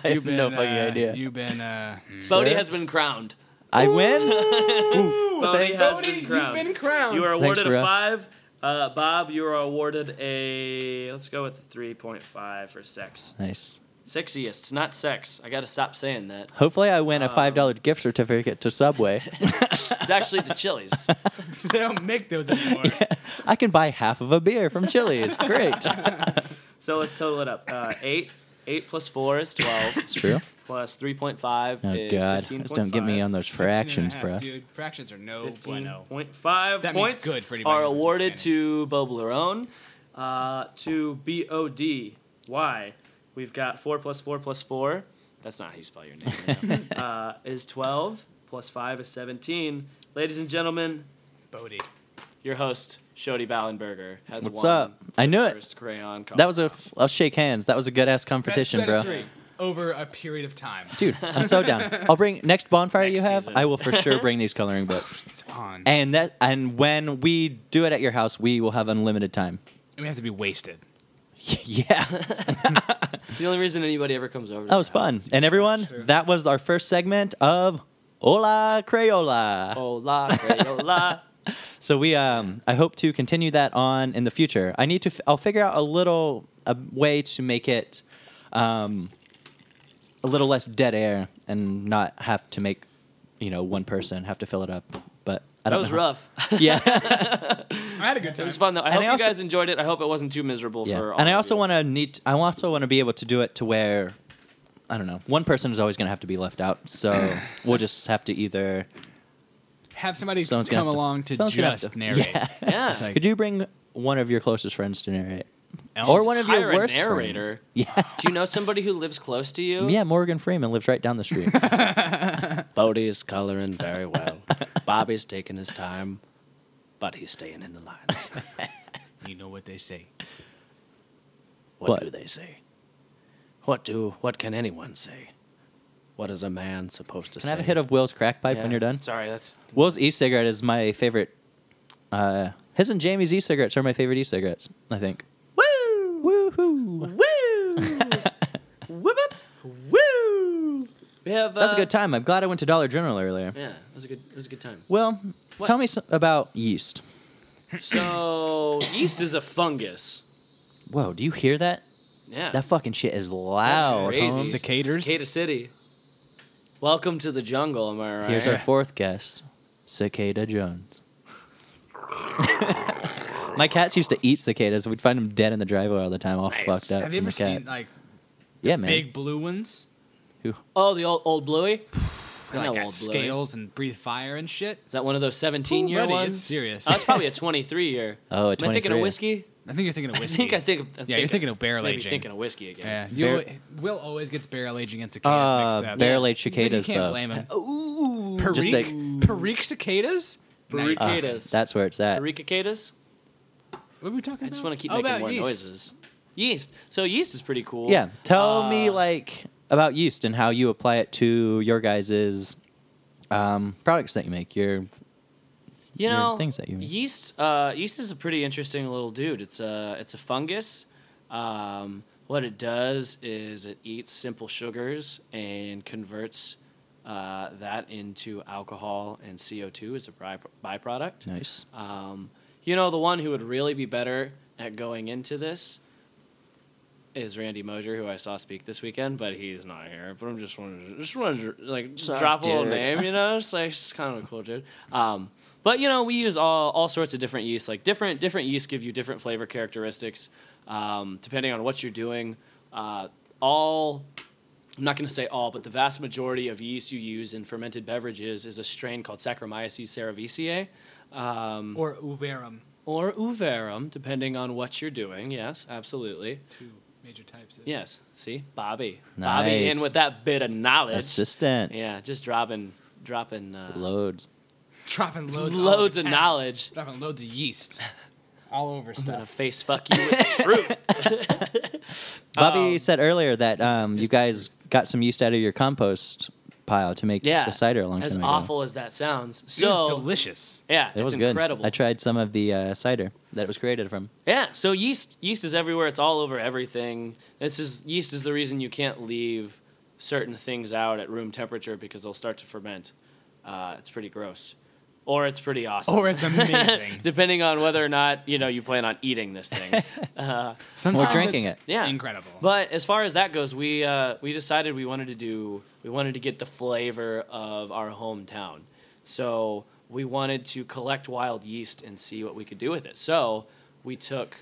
have You've been, no fucking uh, idea. You've been uh, Bodhi Sir? has been crowned. I win. (laughs) Bodhi Thanks. has Bodhi, been you've crowned. been crowned. You are awarded Thanks, a Ra. five. Uh, Bob, you are awarded a. Let's go with a three point five for sex. nice. Sexiest, not sex. I gotta stop saying that. Hopefully, I win a Um, five dollar gift certificate (laughs) to Subway. It's actually the (laughs) Chili's. (laughs) they don't make those anymore. I can buy half of a beer from Chili's. Great. (laughs) So let's total it up. Uh, eight, eight plus four is twelve. It's true. plus three point five Oh is God! fifteen Just don't get me on those fractions, bro. Dude, fractions are no Fifteen bueno. point five Oh, That means points good for anybody are who doesn't awarded understand to Bob Larone, uh, to B O D Y. We've got four plus four plus four. That's not how you spell your name. (laughs) Right now. uh, is twelve plus five is seventeen. Ladies and gentlemen, Bodhi. your host Shodi Ballenberger has What's won up? I knew it. first crayon. That was a. I'll shake hands. That was a good ass competition, Best set bro. of three Over a period of time. Dude, I'm so down. I'll bring next bonfire Next you have. season. I will for sure bring these coloring books. It's on. And And that and when we do it at your house, we will have unlimited time. we have to be wasted. yeah, It's the only reason anybody ever comes over. to that our was house fun. is- And everyone, Sure. that was our first segment of Hola Crayola. (laughs) Hola, Crayola. So we, um, I hope to continue that on in the future. I need to. F- I'll figure out a little a way to make it, um, a little less dead air and not have to make, you know, one person have to fill it up. But I That don't was know. rough. (laughs) Yeah. I had a good It time. was fun though. I And hope I you also- guys enjoyed it. I hope it wasn't too miserable Yeah, for. All and I of also you. want to need. I also want to be able to do it to where, I don't know, one person is always going to have to be left out. So we'll just have to either. Have somebody Someone's gonna come have to- along to someone's gonna have just to- narrate. Yeah. Yeah. It's like, Could you bring one of your closest friends to narrate, Ellen's or one of your hire a worst narrator. friends? (laughs) Yeah, Do you know somebody who lives close to you? yeah. Morgan Freeman lives right down the (laughs) street. Bodie's coloring very (laughs) well. Bobby's taking his time, but he's staying in the (laughs) lines. You know what they say. What, What? do they say? What do? What can anyone say? What is a man supposed to say? Can I have a hit of Will's crack pipe Yeah. when you're done? Sorry, that's Will's e-cigarette is my favorite. Uh, his and Jamie's e-cigarettes are my favorite e-cigarettes. I think. woo Woohoo! (laughs) woo whoop woo. We have. Uh, That's a good time. I'm glad I went to Dollar General earlier. Yeah, that was a good. That was a good time. Well, What? tell me some, about yeast. (coughs) So yeast is a fungus. Whoa, do you hear that? Yeah. That fucking shit is loud. crazy. homes. Cicaders. Cicada City. Welcome to the jungle, am I right? Here's our fourth guest, Cicada Jones. (laughs) My cats used to eat cicadas. We'd find them dead in the driveway all the time, all fucked up. Have you from the ever seen cats. like Yeah, man. Big blue ones. Oh, the old old Bluey. I Like know got old Bluey. scales and breathe fire and shit. Is that one of those 17 year buddy, it's ones? serious. Oh, that's probably a 23 year. Oh, Am a I thinking of 23. whiskey? I think you're thinking of I whiskey. think I think. I'm yeah, you're thinking of barrel maybe aging. thinking of whiskey again. yeah, you Bar- al- Will always gets barrel aging and cicadas Uh, mixed up. barrel aged But you cicadas, can't though. blame him. Ooh. Perique, Just like- Perique cicadas. Perique. Nah, Ah, Cicadas. that's where it's at. Pericadas? what were we talking about? I just want to keep Oh, making about more yeast. noises. Yeast. So yeast is pretty cool. Yeah. Tell Uh, me like about yeast and how you apply it to your guys's um, products that you make. Your you your know things that you make. yeast. Uh, yeast is a pretty interesting little dude. It's a it's a fungus. Um, what it does is it eats simple sugars and converts uh, that into alcohol and CO two as a by- byproduct. nice. Um, you know, the one who would really be better at going into this is Randy Mosier, who I saw speak this weekend, but he's not here. But I'm just wanted to, just wanted to like just drop a little dude. name, you know? It's like it's kind of a cool dude. Um, but you know, we use all all sorts of different yeasts. Like different different yeasts give you different flavor characteristics, um, depending on what you're doing. Uh, all I'm not going to say all, but the vast majority of yeast you use in fermented beverages is a strain called Saccharomyces cerevisiae. Um, Or uverum. or uverum, depending on what you're doing. Yes, absolutely. Two major types. Of Yes. See, Bobby. Bobby in Nice. with that bit of knowledge. Assistant. Yeah, just dropping, dropping uh, Loads. Dropping (laughs) loads. loads, all over of town. knowledge. Dropping loads (laughs) of yeast. All over I'm gonna stuff. face fuck you with (laughs) the truth. Bobby said earlier that um, you guys got some yeast out of your compost pile to make Yeah. the cider a long as time ago. awful as that sounds. It was So delicious. (laughs) yeah, It it's was good. incredible. I tried some of the uh, cider that it was created from. Yeah, so yeast yeast is everywhere. It's all over everything. This is yeast is the reason you can't leave certain things out at room temperature because they'll start to ferment. Uh, it's pretty gross, or it's pretty awesome. Or Oh, it's amazing. (laughs) depending on whether or not you know you plan on eating this thing. Sometimes drinking it's it. Yeah, Incredible. But as far as that goes, we uh, we decided we wanted to do we wanted to get the flavor of our hometown. So we wanted to collect wild yeast and see what we could do with it. So we took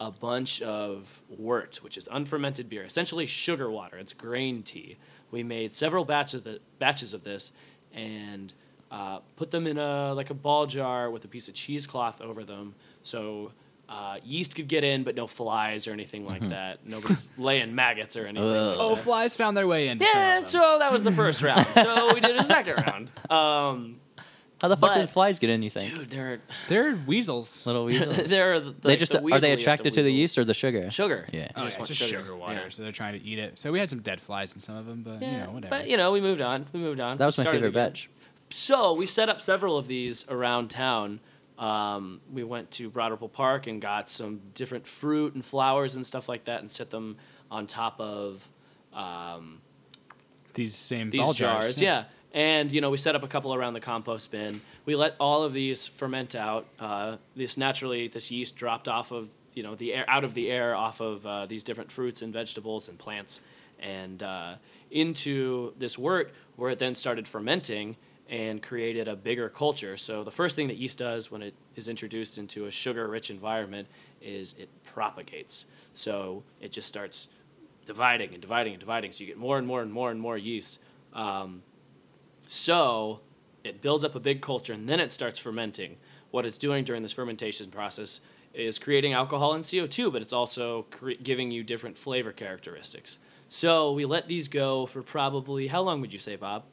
a bunch of wort, which is unfermented beer, essentially sugar water. It's grain tea. We made several batches of, the, batches of this and uh, put them in a like a ball jar with a piece of cheesecloth over them, so uh, yeast could get in, but no flies or anything Mm-hmm. like that. (laughs) Nobody's laying maggots or anything. like oh, that. flies found their way in. yeah. um, So that was the first (laughs) round. So we did a second round. Um, How the fuck But- did flies get in? You think dude, there They're (laughs) weasels. little are weasels? there are the, they just are they attracted to the yeast or the sugar? Sugar. Yeah. You Oh, just yeah, want it's just sugar, water, Yeah. so they're trying to eat it. So we had some dead flies in some of them, but you know, whatever. But you know, we moved on. We moved on. That was We my started favorite again. batch. So we set up several of these around town. Um, we went to Broad Ripple Park and got some different fruit and flowers and stuff like that, and set them on top of um, these same these ball jars. Yeah. And you know, we set up a couple around the compost bin. We let all of these ferment out. Uh, this naturally, this yeast dropped off of you know the air out of the air off of uh, these different fruits and vegetables and plants, and uh, into this wort, where it then started fermenting and created a bigger culture. So the first thing that yeast does when it is introduced into a sugar-rich environment is it propagates. So it just starts dividing and dividing and dividing. So you get more and more and more and more yeast. Um, so it builds up a big culture and then it starts fermenting. What it's doing during this fermentation process is creating alcohol and CO2, but it's also cre- giving you different flavor characteristics. So we let these go for probably, how long would you say, Bob?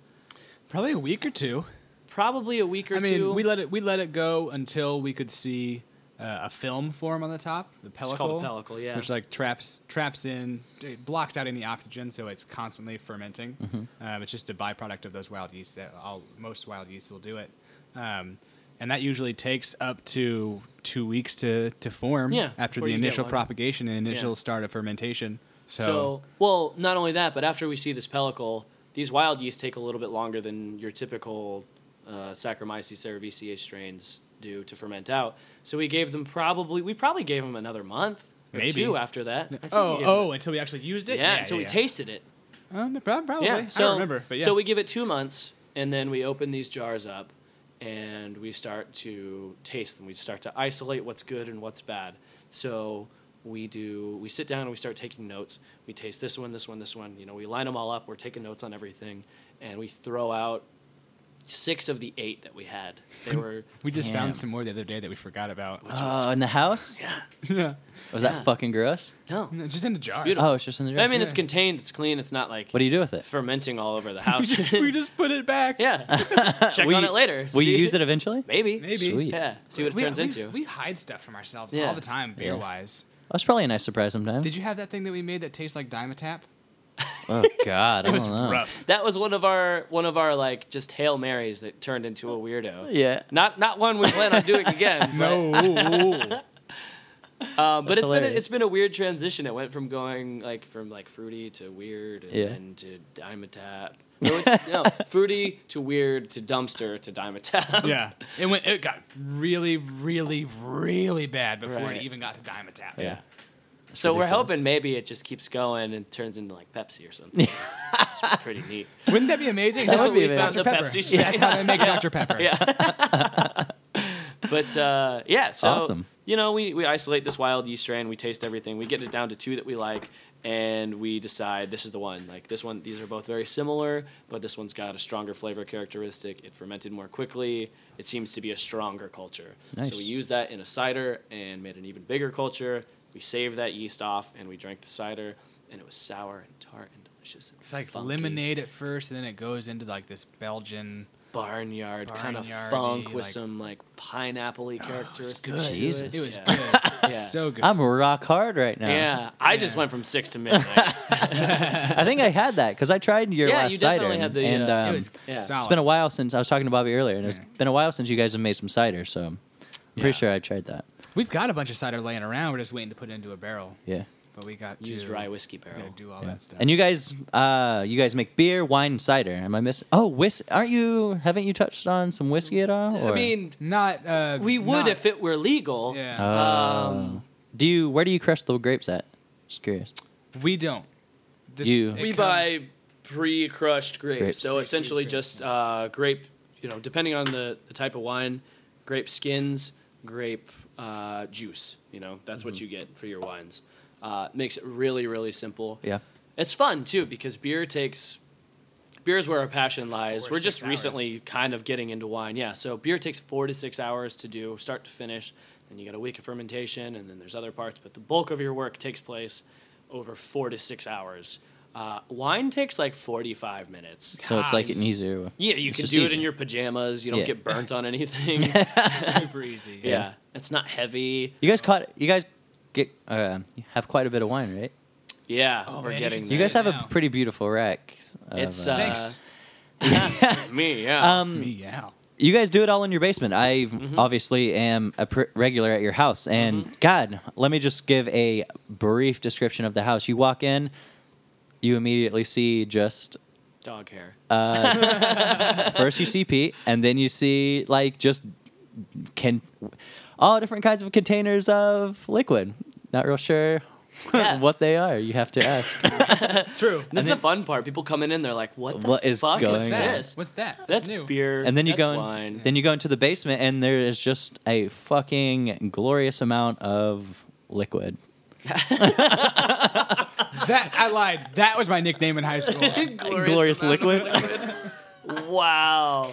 Probably a week or two. Probably a week or I mean, two. we let it we let it go until we could see uh, a film form on the top, the called a pellicle. pellicle, yeah. Which like traps traps in, it blocks out any oxygen, so it's constantly fermenting. Mm-hmm. Um, it's just a byproduct of those wild yeasts that all most wild yeasts will do it, um, and that usually takes up to two weeks to to form. Yeah, after before the you get initial one. propagation and initial Yeah. start of fermentation. So, So, well, not only that, but after we see this pellicle, these wild yeast take a little bit longer than your typical uh, Saccharomyces cerevisiae strains do to ferment out. So we gave them probably, we probably gave them another month or Maybe. two after that. I think we oh gave them- oh, until we actually used yeah, it. until we yeah. tasted it. Um, prob- probably. Yeah, so I don't remember, but yeah. so we give it two months, and then we open these jars up, and we start to taste them. We start to isolate what's good and what's bad. So we do we sit down and we start taking notes we taste this one this one this one you know we line them all up we're taking notes on everything and we throw out six of the eight that we had (laughs) they were We just Damn. found some more the other day that we forgot about. Oh, in the house? Yeah. yeah. Was Yeah. that fucking gross? no No, just in a jar. beautiful. Oh, it's just in the jar. i mean it's Yeah. contained it's clean it's not like what do you do with it? fermenting all over the (laughs) we, house just, (laughs) we just put it (laughs) back. (laughs) yeah check Will on you- it later Will you See- use it eventually? maybe Maybe. Sweet. yeah see what it We- turns we- into We hide stuff from ourselves Yeah. all the time, beer wise. That's probably a nice surprise sometimes. Did you have that thing that we made that tastes like Dimetap? Oh God, I It was don't know. rough. that was one of our one of our like just hail marys that turned into a weirdo Yeah. not not one we plan on doing (laughs) again but- Oh, No. Um, but it's That's been a, hilarious. it's been a weird transition. It went from going like from like fruity to weird, and Yeah. then to Dimetap. No, it's, (laughs) no, fruity to weird to dumpster to Dimetap. (laughs) yeah. It went. It got really, really, really bad before Right. it even got to Dimetap. Yeah. So we're ridiculous. hoping maybe it just keeps going and turns into like Pepsi or (laughs) something. it's pretty neat. Wouldn't that (laughs) be amazing? That That's would what be we amazing. found The Dr. Pepper. Pepsi Yeah, That's how (laughs) they make Dr. Pepper. Yeah. but uh, yeah, so Awesome. you know, we, we isolate this wild yeast strain, we taste everything, we get it down to two that we like, and we decide this is the one. Like this one, these are both very similar, but this one's got a stronger flavor characteristic. It fermented more quickly. It seems to be a stronger culture. Nice. So we used that in a cider and made an even bigger culture. We saved that yeast off and we drank the cider, and it was sour and tart and delicious. And It's like funky lemonade at first, and then it goes into like this Belgian. barnyard kind of Barnyardy, funk with like- Oh, some like pineapple-y characteristics good. to Jesus. it. It was yeah. good. (laughs) Yeah. So good. I'm rock hard right now. yeah, I just Yeah. went from six to (laughs) midnight. (laughs) I think I had that because I tried your Yeah, last you cider, definitely and, had the, and, uh, um, it was yeah. solid. it's been a while since I was talking to Bobby earlier, and it's Yeah. been a while since you guys have made some cider. So I'm Yeah. pretty sure I tried that. We've got a bunch of cider laying around. We're just waiting to put it into a barrel. Yeah. But we got Used to, rye whiskey we gotta barrel. do all Yeah. that stuff. And you guys, uh, you guys make beer, wine, and cider. Am I missing? Oh, whis- Aren't you? Haven't you touched on some whiskey at all? I or- mean, not. Uh, we would not- if it were legal. Yeah. Oh. Um, do you? Where do you crush the grapes at? Just curious. we don't. That's- You- it we comes- buy pre-crushed grapes, Grapes. so essentially just uh, grape. You know, depending on the, the type of wine, grape skins, grape uh, juice. You know, that's what you get for your wines. Uh, makes it really, really simple. Yeah. It's fun too because beer takes beer is where our passion lies. Four to We're just six hours. recently kind of getting into wine. Yeah, so beer takes four to six hours to do, start to finish. Then you got a week of fermentation, and then there's other parts, but the bulk of your work takes place over four to six hours. Uh, wine takes like 45 minutes. So it's like Guys. an easier. Yeah, you It's can just do it easy. in your pajamas. You don't Yeah. get burnt (laughs) on (laughs) anything. (laughs) super easy. yeah, it's not heavy. You guys caught. You guys get. Uh, have quite a bit of wine, right? Yeah, Oh, we're man, you getting should You there. guys have now. a pretty beautiful rack. of, It's uh, Thanks. Mm. yeah, Uh, me, yeah. um, Meow. you guys do it all in your basement. I Mm-hmm. obviously am a pr- regular at your house, and God, let me just give a brief description of the house. You walk in, you immediately see just Dog hair. first you see Pete, and then you see like just can all different kinds of containers of liquid. Not real sure (laughs) Yeah. what they are. You have to ask. That's true. This is the fun part. People come in and they're like, "What the What is fuck going is on? this? What's that? That's, That's new. beer. and then you that's go in, wine. then you go into the basement and there is just a fucking glorious amount of liquid That I lied. That was my nickname in high school. glorious, liquid (laughs) wow,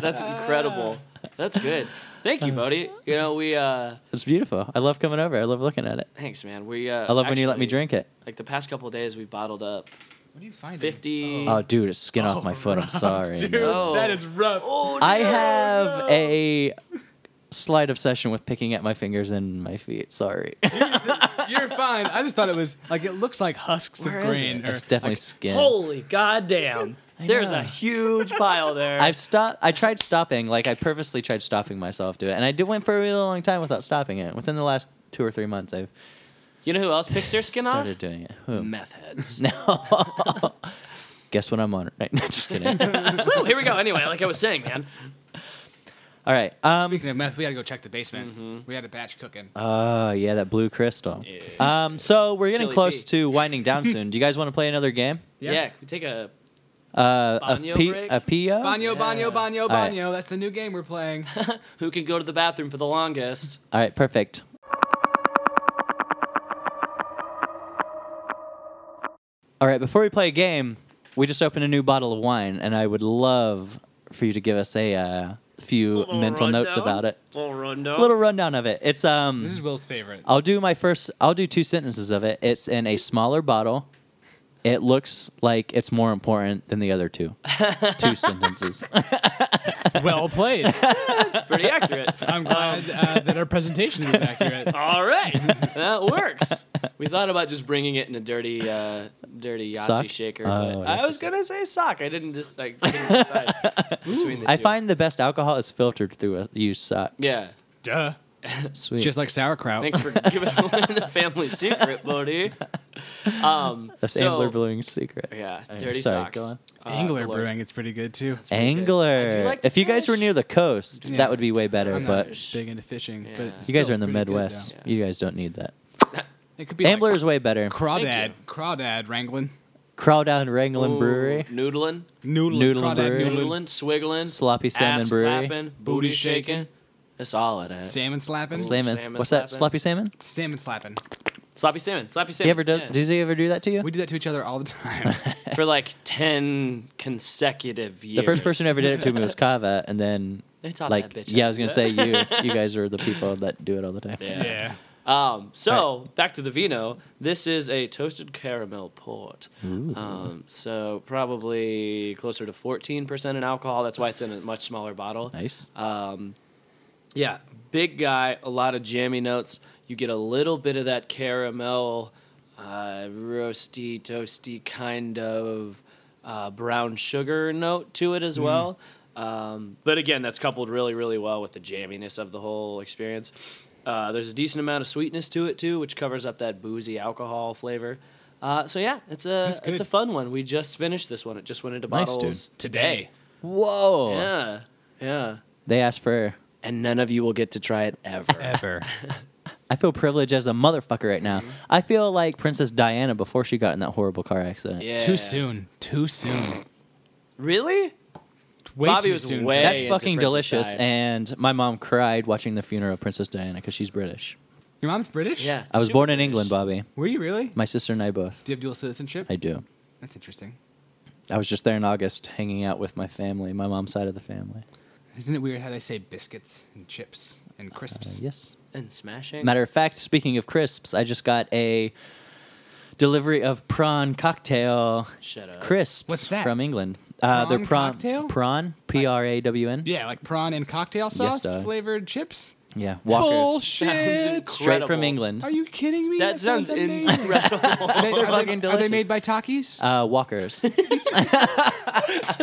that's incredible. That's good. Thank you, buddy. You know we. uh it's beautiful i love coming over i love looking at it Thanks, man. We. Uh, i love when you let me drink it Like the past couple of days, we bottled up What do you find? 50. oh dude it's skin off my foot i'm sorry Dude, man. Oh. that is rough. i have a slight obsession with picking at my fingers and my feet sorry You're fine. I just thought it was like it looks like husks Where of is grain. (laughs) Or, it's definitely skin holy goddamn! There's know. a huge pile there. I've stopped. (laughs) I tried stopping. Like I purposely tried stopping myself to it, and I did went for a really long time without stopping it. Within the last two or three months, I've you know who else picks their skin off? started doing it. Who? Meth heads. (laughs) (laughs) No. (laughs) Guess what I'm on right (laughs) now? (laughs) Just kidding. Woo, here we go. Anyway, like I was saying, man. All right. Um. speaking of meth, we got to go check the basement. We had a batch cooking. Oh yeah, that blue crystal. Um. So we're getting Chili close bee. to (laughs) winding down soon. Do you guys want to play another game? Yeah, (laughs) Yeah. yeah can we take a Uh, a Banyo P- break? a Pio? Banyo, Yeah. banyo, banyo, right. banyo. That's the new game we're playing. who can go to the bathroom for the longest? All right. Perfect. All right, before we play a game, we just opened a new bottle of wine, and I would love for you to give us a uh, few Little mental notes rundown? about it. Little rundown. A little rundown of it. It's um. This is Will's favorite. I'll do my first. I'll do two sentences of it. It's in a smaller bottle. It looks like it's more important than the other two. (laughs) two sentences. (laughs) well played. pretty accurate. (laughs) I'm glad uh, that our presentation was accurate. Oh, All right, that (laughs) works. We thought about just bringing it in a dirty, uh, dirty Yahtzee Sock? shaker. Oh, But I Yahtzee was gonna say sock. I didn't just like couldn't (laughs) decide between the two. I find the best alcohol is filtered through a used sock. yeah. Duh. Sweet. Just like sauerkraut. Thanks (laughs) for giving away the family secret, buddy. Um, That's so- Angler Brewing's secret. Yeah, Anyway, dirty sorry, socks. go on. Uh, (laughs) Angler galore. brewing, it's pretty good too. pretty good. I do Angler. like to if you guys were fish. near the coast, Yeah, that would be way better. I'm not but big into fishing, Yeah. but You you guys still are in the pretty good, Midwest. though. You guys don't need that. though. It could be Ambler like is way better. crawdad, Thank crawdad wrangling, Crawdown Wrangling Oo, Brewery. Noodling. noodling, Noodling crawdad brewery. noodling, Noodling, swiggling. Sloppy salmon ass brewery. Clapping, booty shaking. That's all it is. salmon slapping, Slamming. salmon What's that? slapping. Sloppy salmon? salmon slapping. Sloppy salmon. Sloppy salmon. He ever does? yeah. Does he ever do that to you? We do that to each other all the time. (laughs) for like 10 consecutive years. The first person who ever did it to (laughs) me was Kava, and then They taught like that bitch yeah, how I was to gonna say (laughs) you you guys are the people that do it all the time. Yeah. Um, so back to the vino. This is a toasted caramel port. Um, so probably closer to 14% in alcohol. That's why it's in a much smaller bottle. Nice. Um, yeah, big guy, a lot of jammy notes. You get a little bit of that caramel, uh, roasty, toasty kind of uh, brown sugar note to it as well. Um, but again, that's coupled really, really well with the jamminess of the whole experience. Uh, there's a decent amount of sweetness to it too, which covers up that boozy alcohol flavor. Uh, so yeah, it's a That's it's a good. fun one. We just finished this one. It just went into Nice, dude. bottles today. Whoa. Yeah, yeah They asked for. and none of you will get to try it ever. (laughs) (laughs) ever. I feel privileged as a motherfucker right now. Mm-hmm. I feel like Princess Diana before she got in that horrible car accident. Yeah. Too soon. Too soon. Really? Way Bobby too was soon. way- That's into fucking Princess delicious, Diana. and my mom cried watching the funeral of Princess Diana because she's British. Your mom's British. Yeah. I was Super born in British. England, Bobby. Were you really? My sister and I both. Do you have dual citizenship? I do. That's interesting. I was just there in August hanging out with my family, my mom's side of the family. Isn't it weird how they say biscuits and chips and Uh, crisps? yes. And smashing. Matter of fact, speaking of crisps, I just got a delivery of prawn cocktail Shut (laughs) up. crisps What's that? from England. Uh, they're Prawn prawn cocktail? prawn p r a w n. Yeah, like prawn and cocktail sauce dog. flavored chips. Yeah, Walkers Bullshit! straight from England. Are you kidding me? That, sounds amazing. (laughs) incredible. Are they, are they- fucking are they delicious. made by Takis? Uh, (laughs) Walkers.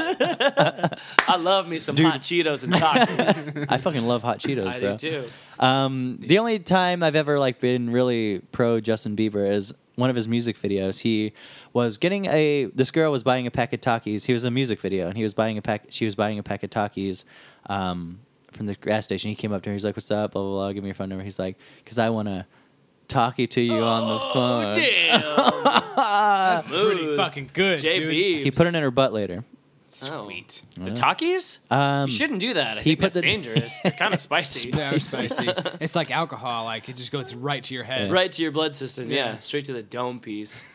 I love me some hot Cheetos and tacos. I fucking love hot (laughs) Cheetos, I bro. do too. Um, the only time I've ever like been really pro Justin Bieber is one of his music videos. He was getting a this girl was buying a pack of Takis. He was in a music video and he was buying a pack. She was buying a pack of Takis um, from the gas station. He came up to her. He's like, "What's up?" Blah blah blah. Give me your phone number. He's like, "Cause I wanna talkie to you on Oh, the phone." (laughs) Damn. That's Pretty fucking good, dude. JB. He put it in her butt later. Sweet. Oh. The Takis? Um, you shouldn't do that. I he think put that's the- (laughs) dangerous. They're kind of spicy. Yeah, it was spicy. it's like alcohol. Like it just goes right to your head. Right to your blood system. Yeah. Yeah. Straight to the dome piece.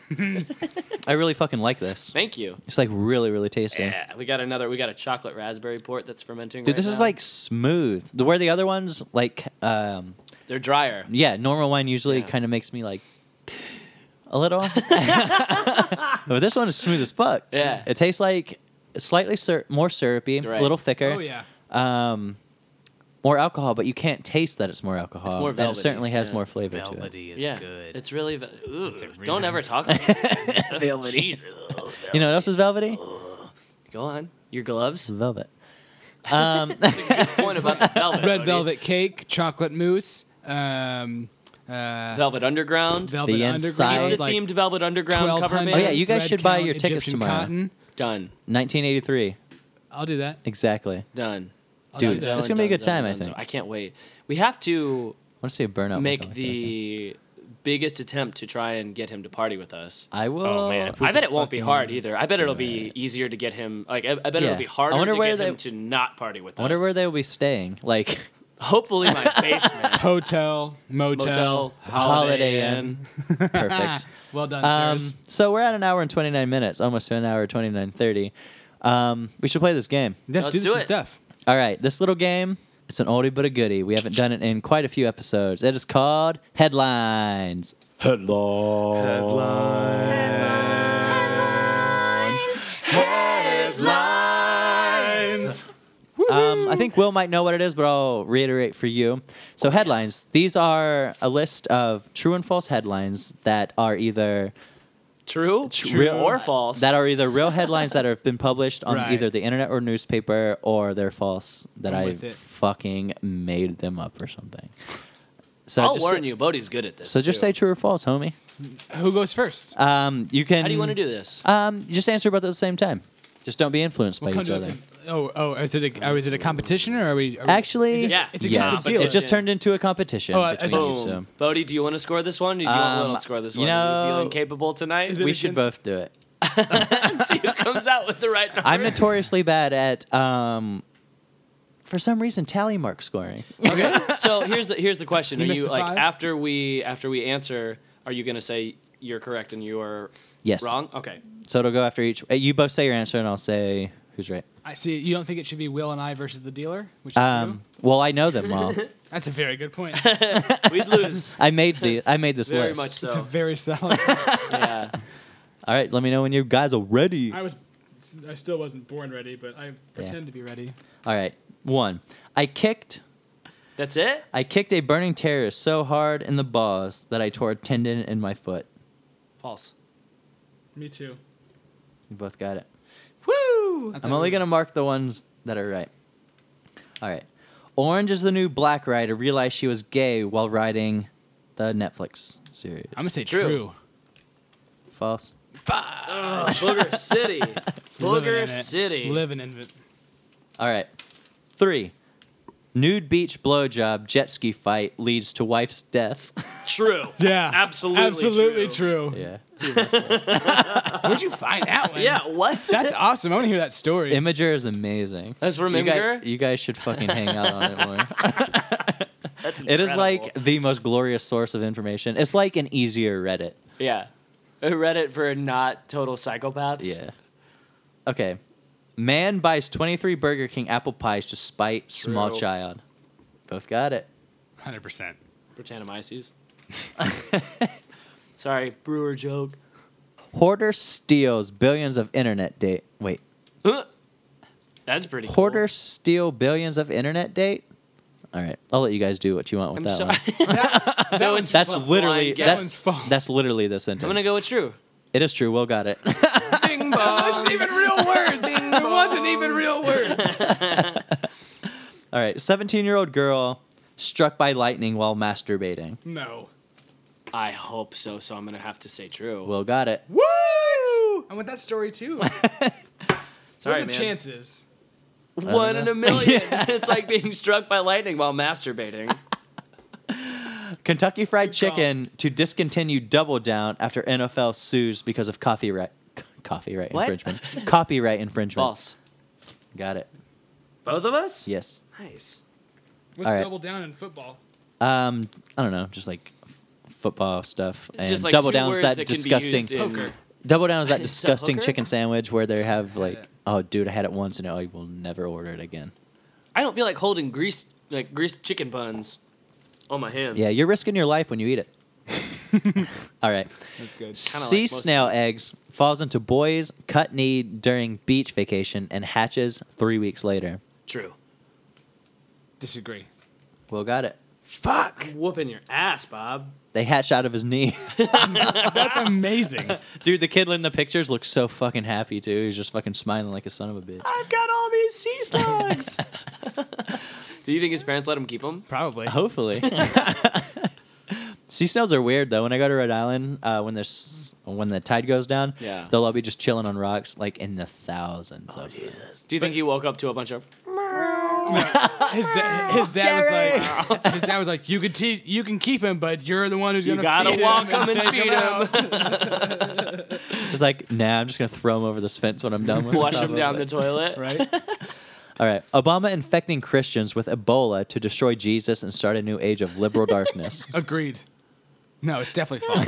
I really fucking like this. Thank you. It's like really really tasty. Yeah. We got another. We got a chocolate raspberry port that's fermenting. Dude, right this is now. like smooth. The where the other ones like um, They're drier. yeah, normal wine usually Yeah. kind of makes me like (laughs) a little. (laughs) but this one is smooth as fuck. Yeah. It tastes like slightly syr- more syrupy, Right. a little thicker. Oh yeah. Um, more alcohol, but you can't taste that it's more alcohol. It's more and it velvety, certainly has yeah. more flavor to Melody is yeah. good. It's really. ve- Ooh, really- don't ever talk like that. it. Velvety. Jesus. You know what else is velvety? Go on. Your gloves. It's velvet. Um, point about (laughs) the velvet. Red Odie. velvet cake, chocolate mousse, um, uh, Velvet Underground. velvet The inside. underground, Pizza like themed Velvet Underground cover 1200 band. Oh, yeah, you guys red should buy count your tickets Egyptian tomorrow. Cotton. done, 1983, I'll do that. exactly. done. I'll do Dude, that. it's gonna be a good time. I done. think. Oh I I can't wait. We have to want to see a burnout. one make coming through, I the think. biggest attempt to try and get him to party with us. I will. Oh, man, if we I bet it won't be fucking hard either. I bet it'll do be it. easier to get him. Like I, I bet Yeah. it'll be harder I wonder to where get they- him to not party with I wonder us. where they will be staying. Like, (laughs) hopefully my basement, Hotel, motel, motel, Holiday Holiday, Inn. Inn. (laughs) Perfect. Well done, Um, sirs. so we're at an hour and 29 minutes, almost to an hour 29.30. Um, we should play this game. Let's, let's do, this do some it. stuff. All right, this little game, it's an oldie but a goodie. We haven't done it in quite a few episodes. It is called Headlines. Um, I think Will might know what it is, but I'll reiterate for you. So, headlines. These are a list of true and false headlines that are either True, real- or false. that are either real headlines that have been published on Right. either the internet or newspaper, or they're false that I'm I with it. fucking made them up or something. So I'll just warn say, you, Bodie's good at this. So just too. say true or false, homie. Who goes first? Um, you can. How do you want to do this? Um, just answer both at the same time. Just don't be influenced We'll by come each to a other. con- oh, oh, is it a, oh, is it a competition or are we? Are we- Actually, Yeah, it's a yes. competition. It just turned into a competition Oh, I- I between see. you two. Boom. Bodie, do you want to score this one? Or do you want Um, Will to score this you one? Are you know- feeling capable tonight? Is it We should both do it. see who (laughs) comes out with the right number. I'm notoriously bad at, um, for some reason, tally mark scoring. Okay. so here's the here's the question. Are You missed you the like five? after we after we answer, are you gonna say you're correct and you are Yes. wrong? Okay. So it'll go after each. uh, You both say your answer, and I'll say who's right. I see. You don't think it should be Will and I versus the dealer? Which is Um, well, I know them well. true? That's a very good point. We'd lose. I made the. I made this Very list. much so. It's a very solid. yeah. All right, let me know when you guys are ready. was, I still wasn't born ready, but I pretend to be ready. All right, one. I kicked. That's it? I kicked a burning terrorist so hard in the balls that I tore a tendon in my foot. False. Me too. You both got it. Woo! I'm only gonna mark the ones that are right. All right. Orange is the new black rider realized she was gay while riding the Netflix series. I'm gonna say True. true. False. Ugh, Booger City. Living in Booger it. City. Living in it. All right. Three. Nude beach blowjob jet ski fight leads to wife's death. True. Yeah. Absolutely. (laughs) Absolutely true. yeah. Where'd you find that (laughs) one? Yeah. What? That's awesome. I want to hear that (laughs) story. Imager is amazing. That's from you Imager? Guys, you guys should fucking hang out on it more. (laughs) That's It is incredible. like the most glorious source of information. It's like an easier Reddit. Yeah. I read it for not total psychopaths. Yeah. Okay. Man buys 23 Burger King apple pies to spite small True. child. Both got it. 100%. Britannomyces. (laughs) Sorry, brewer joke. Hoarder steals billions of internet date. Wait. That's pretty cool. Hoarder steal billions of internet date? All right. I'll let you guys do what you want with I'm that (laughs) sorry. one. so it's That's just a literally blind guess. that's one's false. that's literally the sentence. I'm gonna go with true. It is true. Will got it. (laughs) Bing bong. Even real (laughs) words. it wasn't even real words. All right. 17-year-old girl struck by lightning while masturbating. No. I hope so. So I'm gonna have to say true. Will got it. What? I want that story (laughs) too. Sorry, what are the man. chances? One in a (laughs) million. it's like being struck by lightning while masturbating. Kentucky Fried Good call. Chicken to discontinue Double Down after NFL sues because of copyright c- copyright What? infringement. Copyright infringement. False. Got it. Both of us. Yes. Nice. What's All right. double down in football? Um, I don't know, just like f- football stuff and Just like Double two Down's words that, that can be disgusting used in- Poker. Double Down is (laughs) that Is that disgusting hooker? chicken sandwich where they have like, it. oh dude, I had it once and I will never order it again. I don't feel like holding grease like greased chicken buns on my hands. Yeah, you're risking your life when you eat it. (laughs) All right. That's good. Kinda like sea most snail eggs falls into boy's cut knee during beach vacation and hatches three weeks later. True. Disagree. Will got it. Fuck. Whooping your ass, Bob. They hatched out of his knee. (laughs) That's amazing. Dude, the kid in the pictures looks so fucking happy too. He's just fucking smiling like a son of a bitch. I've got all these sea slugs. Do you think his parents let him keep them? Probably. Hopefully. sea snails are weird though. When I go to Rhode Island, uh, when there's when the tide goes down, Yeah. they'll all be just chilling on rocks like in the thousands of them. Do you think he woke up to a bunch (laughs) of? His, da- his dad was like, (laughs) his dad was like, you could te- you can keep him, but you're the one who's You gonna gotta feed walk him him and take feed out." him. (laughs) It's like, nah, I'm just gonna throw him over this fence when I'm done with Flush Probably. him down the toilet. Right? (laughs) All right. Obama infecting Christians with Ebola to destroy Jesus and start a new age of liberal darkness. Agreed. No, (laughs) it's definitely false.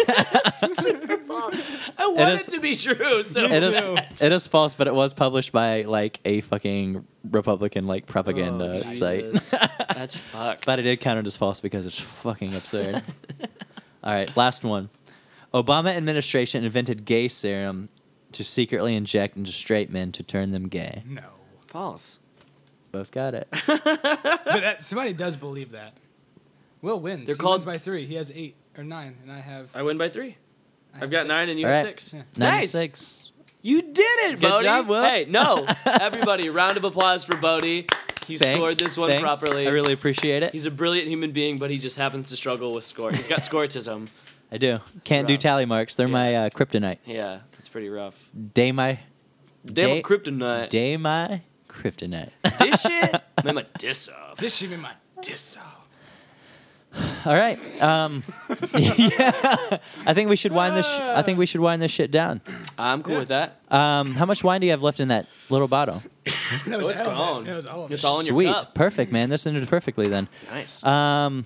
I want it, is- to be true. So It is, it is false, but it was published by like a fucking Republican like Oh, propaganda site. (laughs) That's fucked. uh, But I did count it as false because it's fucking absurd. (laughs) All right, last one. Obama administration invented gay serum to secretly inject into straight men to turn them gay. no, (laughs) False. Both got it. (laughs) but that, somebody does believe that. Will wins. They're He called- wins by three. He has eight or nine, and I have. I win by three. I have I've got six. nine and you All have right. six. (laughs) Yeah. Nice. 96. You did it, Good Bodie. job, Will. Hey, (laughs) no. Everybody, round of applause for Bodie. He Thanks, scored this one thanks. properly. I really appreciate it. He's a brilliant human being, but he just happens to struggle with score. He's got scoretism. I do. Can't do rough. tally marks. They're my uh, kryptonite. (laughs) Yeah, that's pretty rough. Day my Damn Day- it, kryptonite. day my kryptonite. Dish it. I'm a diss off. This should be my disso. (laughs) All right. Um, (laughs) yeah. I think we should wind this. Sh- I think we should wind this shit down. I'm cool with that. Um, how much wine do you have left in that little bottle? (laughs) That Oh, it's all of grown. it. That was all of it. It's all in your Sweet. cup. Perfect, man. This ended perfectly then. Nice. Um,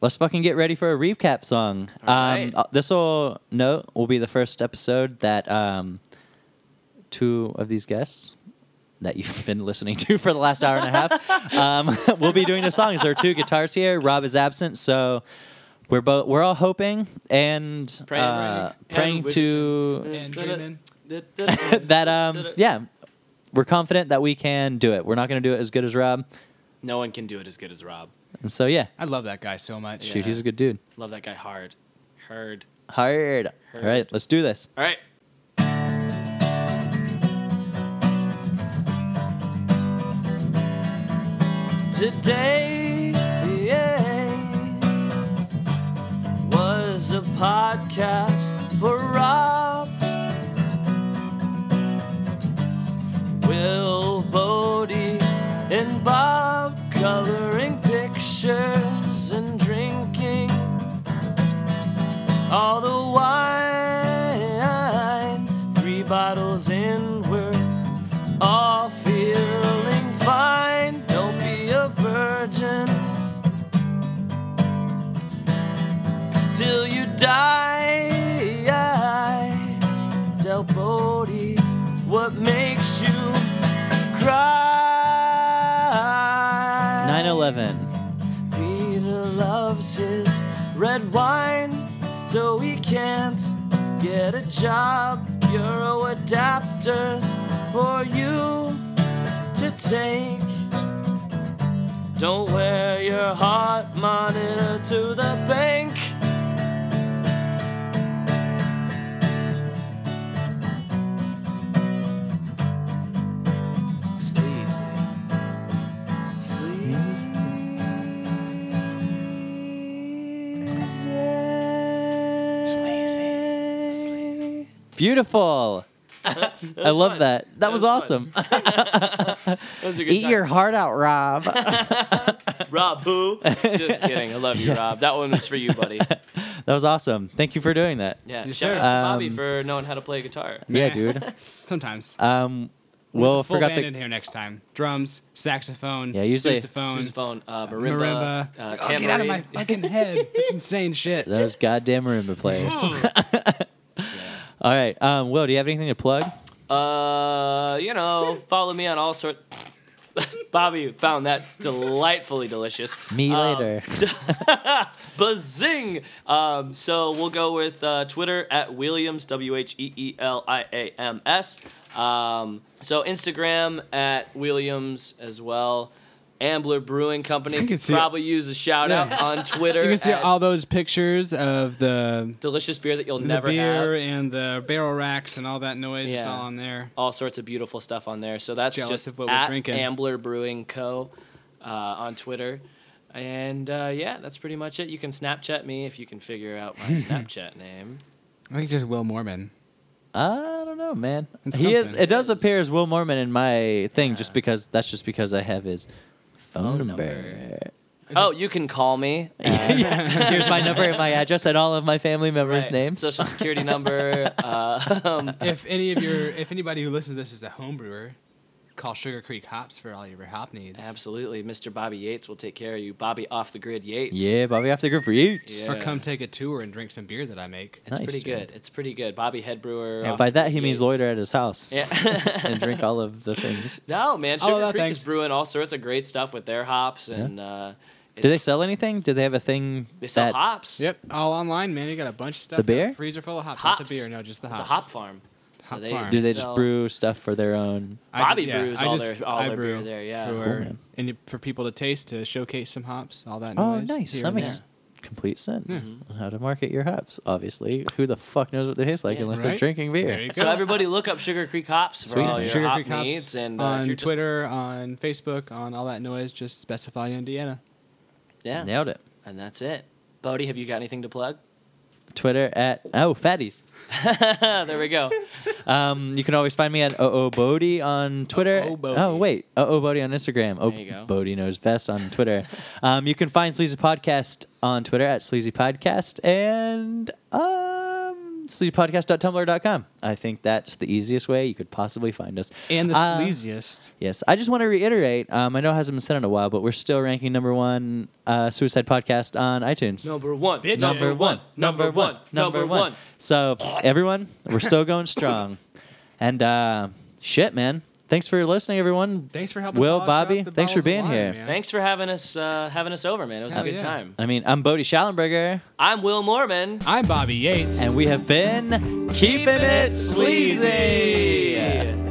let's fucking get ready for a recap song. Alright. Um, this will note will be the first episode that um, two of these guests that you've been listening to for the last hour and (laughs) a half um, (laughs) will be doing the songs. There are two guitars here. Rob is absent, so. We're both we're all hoping and Praying, uh, right? praying And wishing. to And dreaming. (laughs) that um yeah we're confident that we can do it. We're not going to do it as good as Rob, No one can do it as good as Rob. and so yeah, I love that guy so much. dude, he's a good dude. Love that guy hard. Hard. Hard. All right, let's do this. All right. Today was a podcast for Rob, Will, Bodie, and Bob coloring pictures and drinking all the wine. Three bottles in, we're all feeling fine. Don't be a virgin till you die. Tell Bodie what makes you cry. 9/11. Peter loves his red wine, so he can't get a job. Euro adapters for you to take. Don't wear your heart monitor to the bank. Sleazy. Sleazy. Beautiful. I love fun. that. That, was, was awesome. Those are good Eat your heart out, Rob. (laughs) that Rob, (laughs) boo. Just kidding. I love you, Rob. That one was for you, buddy. was awesome. Thank you for doing that. Yeah. shout Yes, sir. out to Bobby Um, for knowing how to play guitar. Yeah, Yeah. dude. Sometimes. Um, well, Full forgot band the in here next time. Drums, saxophone, Yeah, usually- sousaphone, Sousaphone, uh, marimba, marimba. uh, oh, get out of my tambourine. (laughs) (laughs) fucking head! Insane (laughs) shit. those goddamn marimba players. (laughs) All right, um, Will, do you have anything to plug? Uh, you know, follow me on all sorts. (laughs) Bobby found that delightfully delicious. Me Um, later. Bazing! Um, so we'll go with uh, Twitter at Williams, W H E E L I A M S. Um, so Instagram at Williams as well. Ambler Brewing Company You can could see- probably use a shout out on Twitter. (laughs) You can see at all those pictures of the delicious beer that you'll never the beer have. and the barrel racks and all that noise. It's Yeah. all on there. All sorts of beautiful stuff on there. So that's Jealous just of what we're at drinking. Ambler Brewing Co. Uh, on Twitter. And uh, yeah, that's pretty much it. You can Snapchat me if you can figure out (laughs) my Snapchat name. I think just Will (laughs) Mormon. I don't know, man. It's he is. something. It does appear as Will Mormon in my thing, just because that's just because I have his phone, Phone number. Oh, you can call (laughs) me. Uh, (laughs) Here's my number and my address and all of my family members' right. names. Social security (laughs) number. Uh, um, (laughs) If any of your, if anybody who listens to this is a home brewer, Call Sugar Creek Hops for all your hop needs. Absolutely. Mr. Bobby Yates will take care of you. Bobby off the grid Yates. Yeah, Bobby, after good for you. Yeah. Or come take a tour and drink some beer that I make. It's Nice, pretty dude. good. It's pretty good. Bobby head brewer. And off by the that, grid he means Yates. loiter at his house Yeah. and drink all of the things. No, man. Oh, Sugar no, Creek thanks. is brewing all sorts of great stuff with their hops and. Uh, Do they it's- sell anything? Do they have a thing? They sell that- hops. Yep, all online, man. You got a bunch of stuff. The beer? freezer full of hops. Not Hops. the beer, no, just the hops. It's a hop farm. Hop farm. Do they just sell- brew stuff for their own? I ju- Bobby brews all their- all I their brew beer there, yeah. for- Cool, man. and you- for people to taste to showcase some hops, all that. Oh, noise nice. here That and makes there. complete sense. on How to market your hops, obviously. Who the fuck knows what they taste like Yeah. unless they're Right? drinking There you beer? go. So everybody, look up Sugar Creek Hops for Sweet. all your Sugar hop Creek hops needs and uh, if on you're just- Twitter, on Facebook, on all that noise. Just specify Indiana. yeah, Nailed it. and that's it. Bodie, have you got anything to plug? (laughs) Twitter at oh fatties. there we go. Um, you can always find me at OO Bodie on Twitter. OO Bodie. Oh, wait. OO Bodie on Instagram. There you go. Oh, Bodie knows best on (laughs) Twitter. um, you can find Sleazy Podcast on Twitter at Sleazy Podcast and um, sleazypodcast.tumblr.com. I think that's the easiest way you could possibly find us. And the Uh, sleaziest. Yes, I just want to reiterate. Um, I know it hasn't been said in a while, but we're still ranking number one uh, suicide podcast on iTunes. Number one, Bitch. number one, number one, number one. So everyone, we're still (laughs) going strong, and uh, shit, man. Thanks for listening, everyone. Thanks for helping. Will polish Bobby, up the thanks for bottles of being wine, here. man. Thanks for having us uh, having us over, man. It was Hell a good yeah. time. I mean, I'm Bodie Schallenberger, I'm Will Mormon. I'm Bobby Yates. and we have been keeping, it sleazy. Sleazy.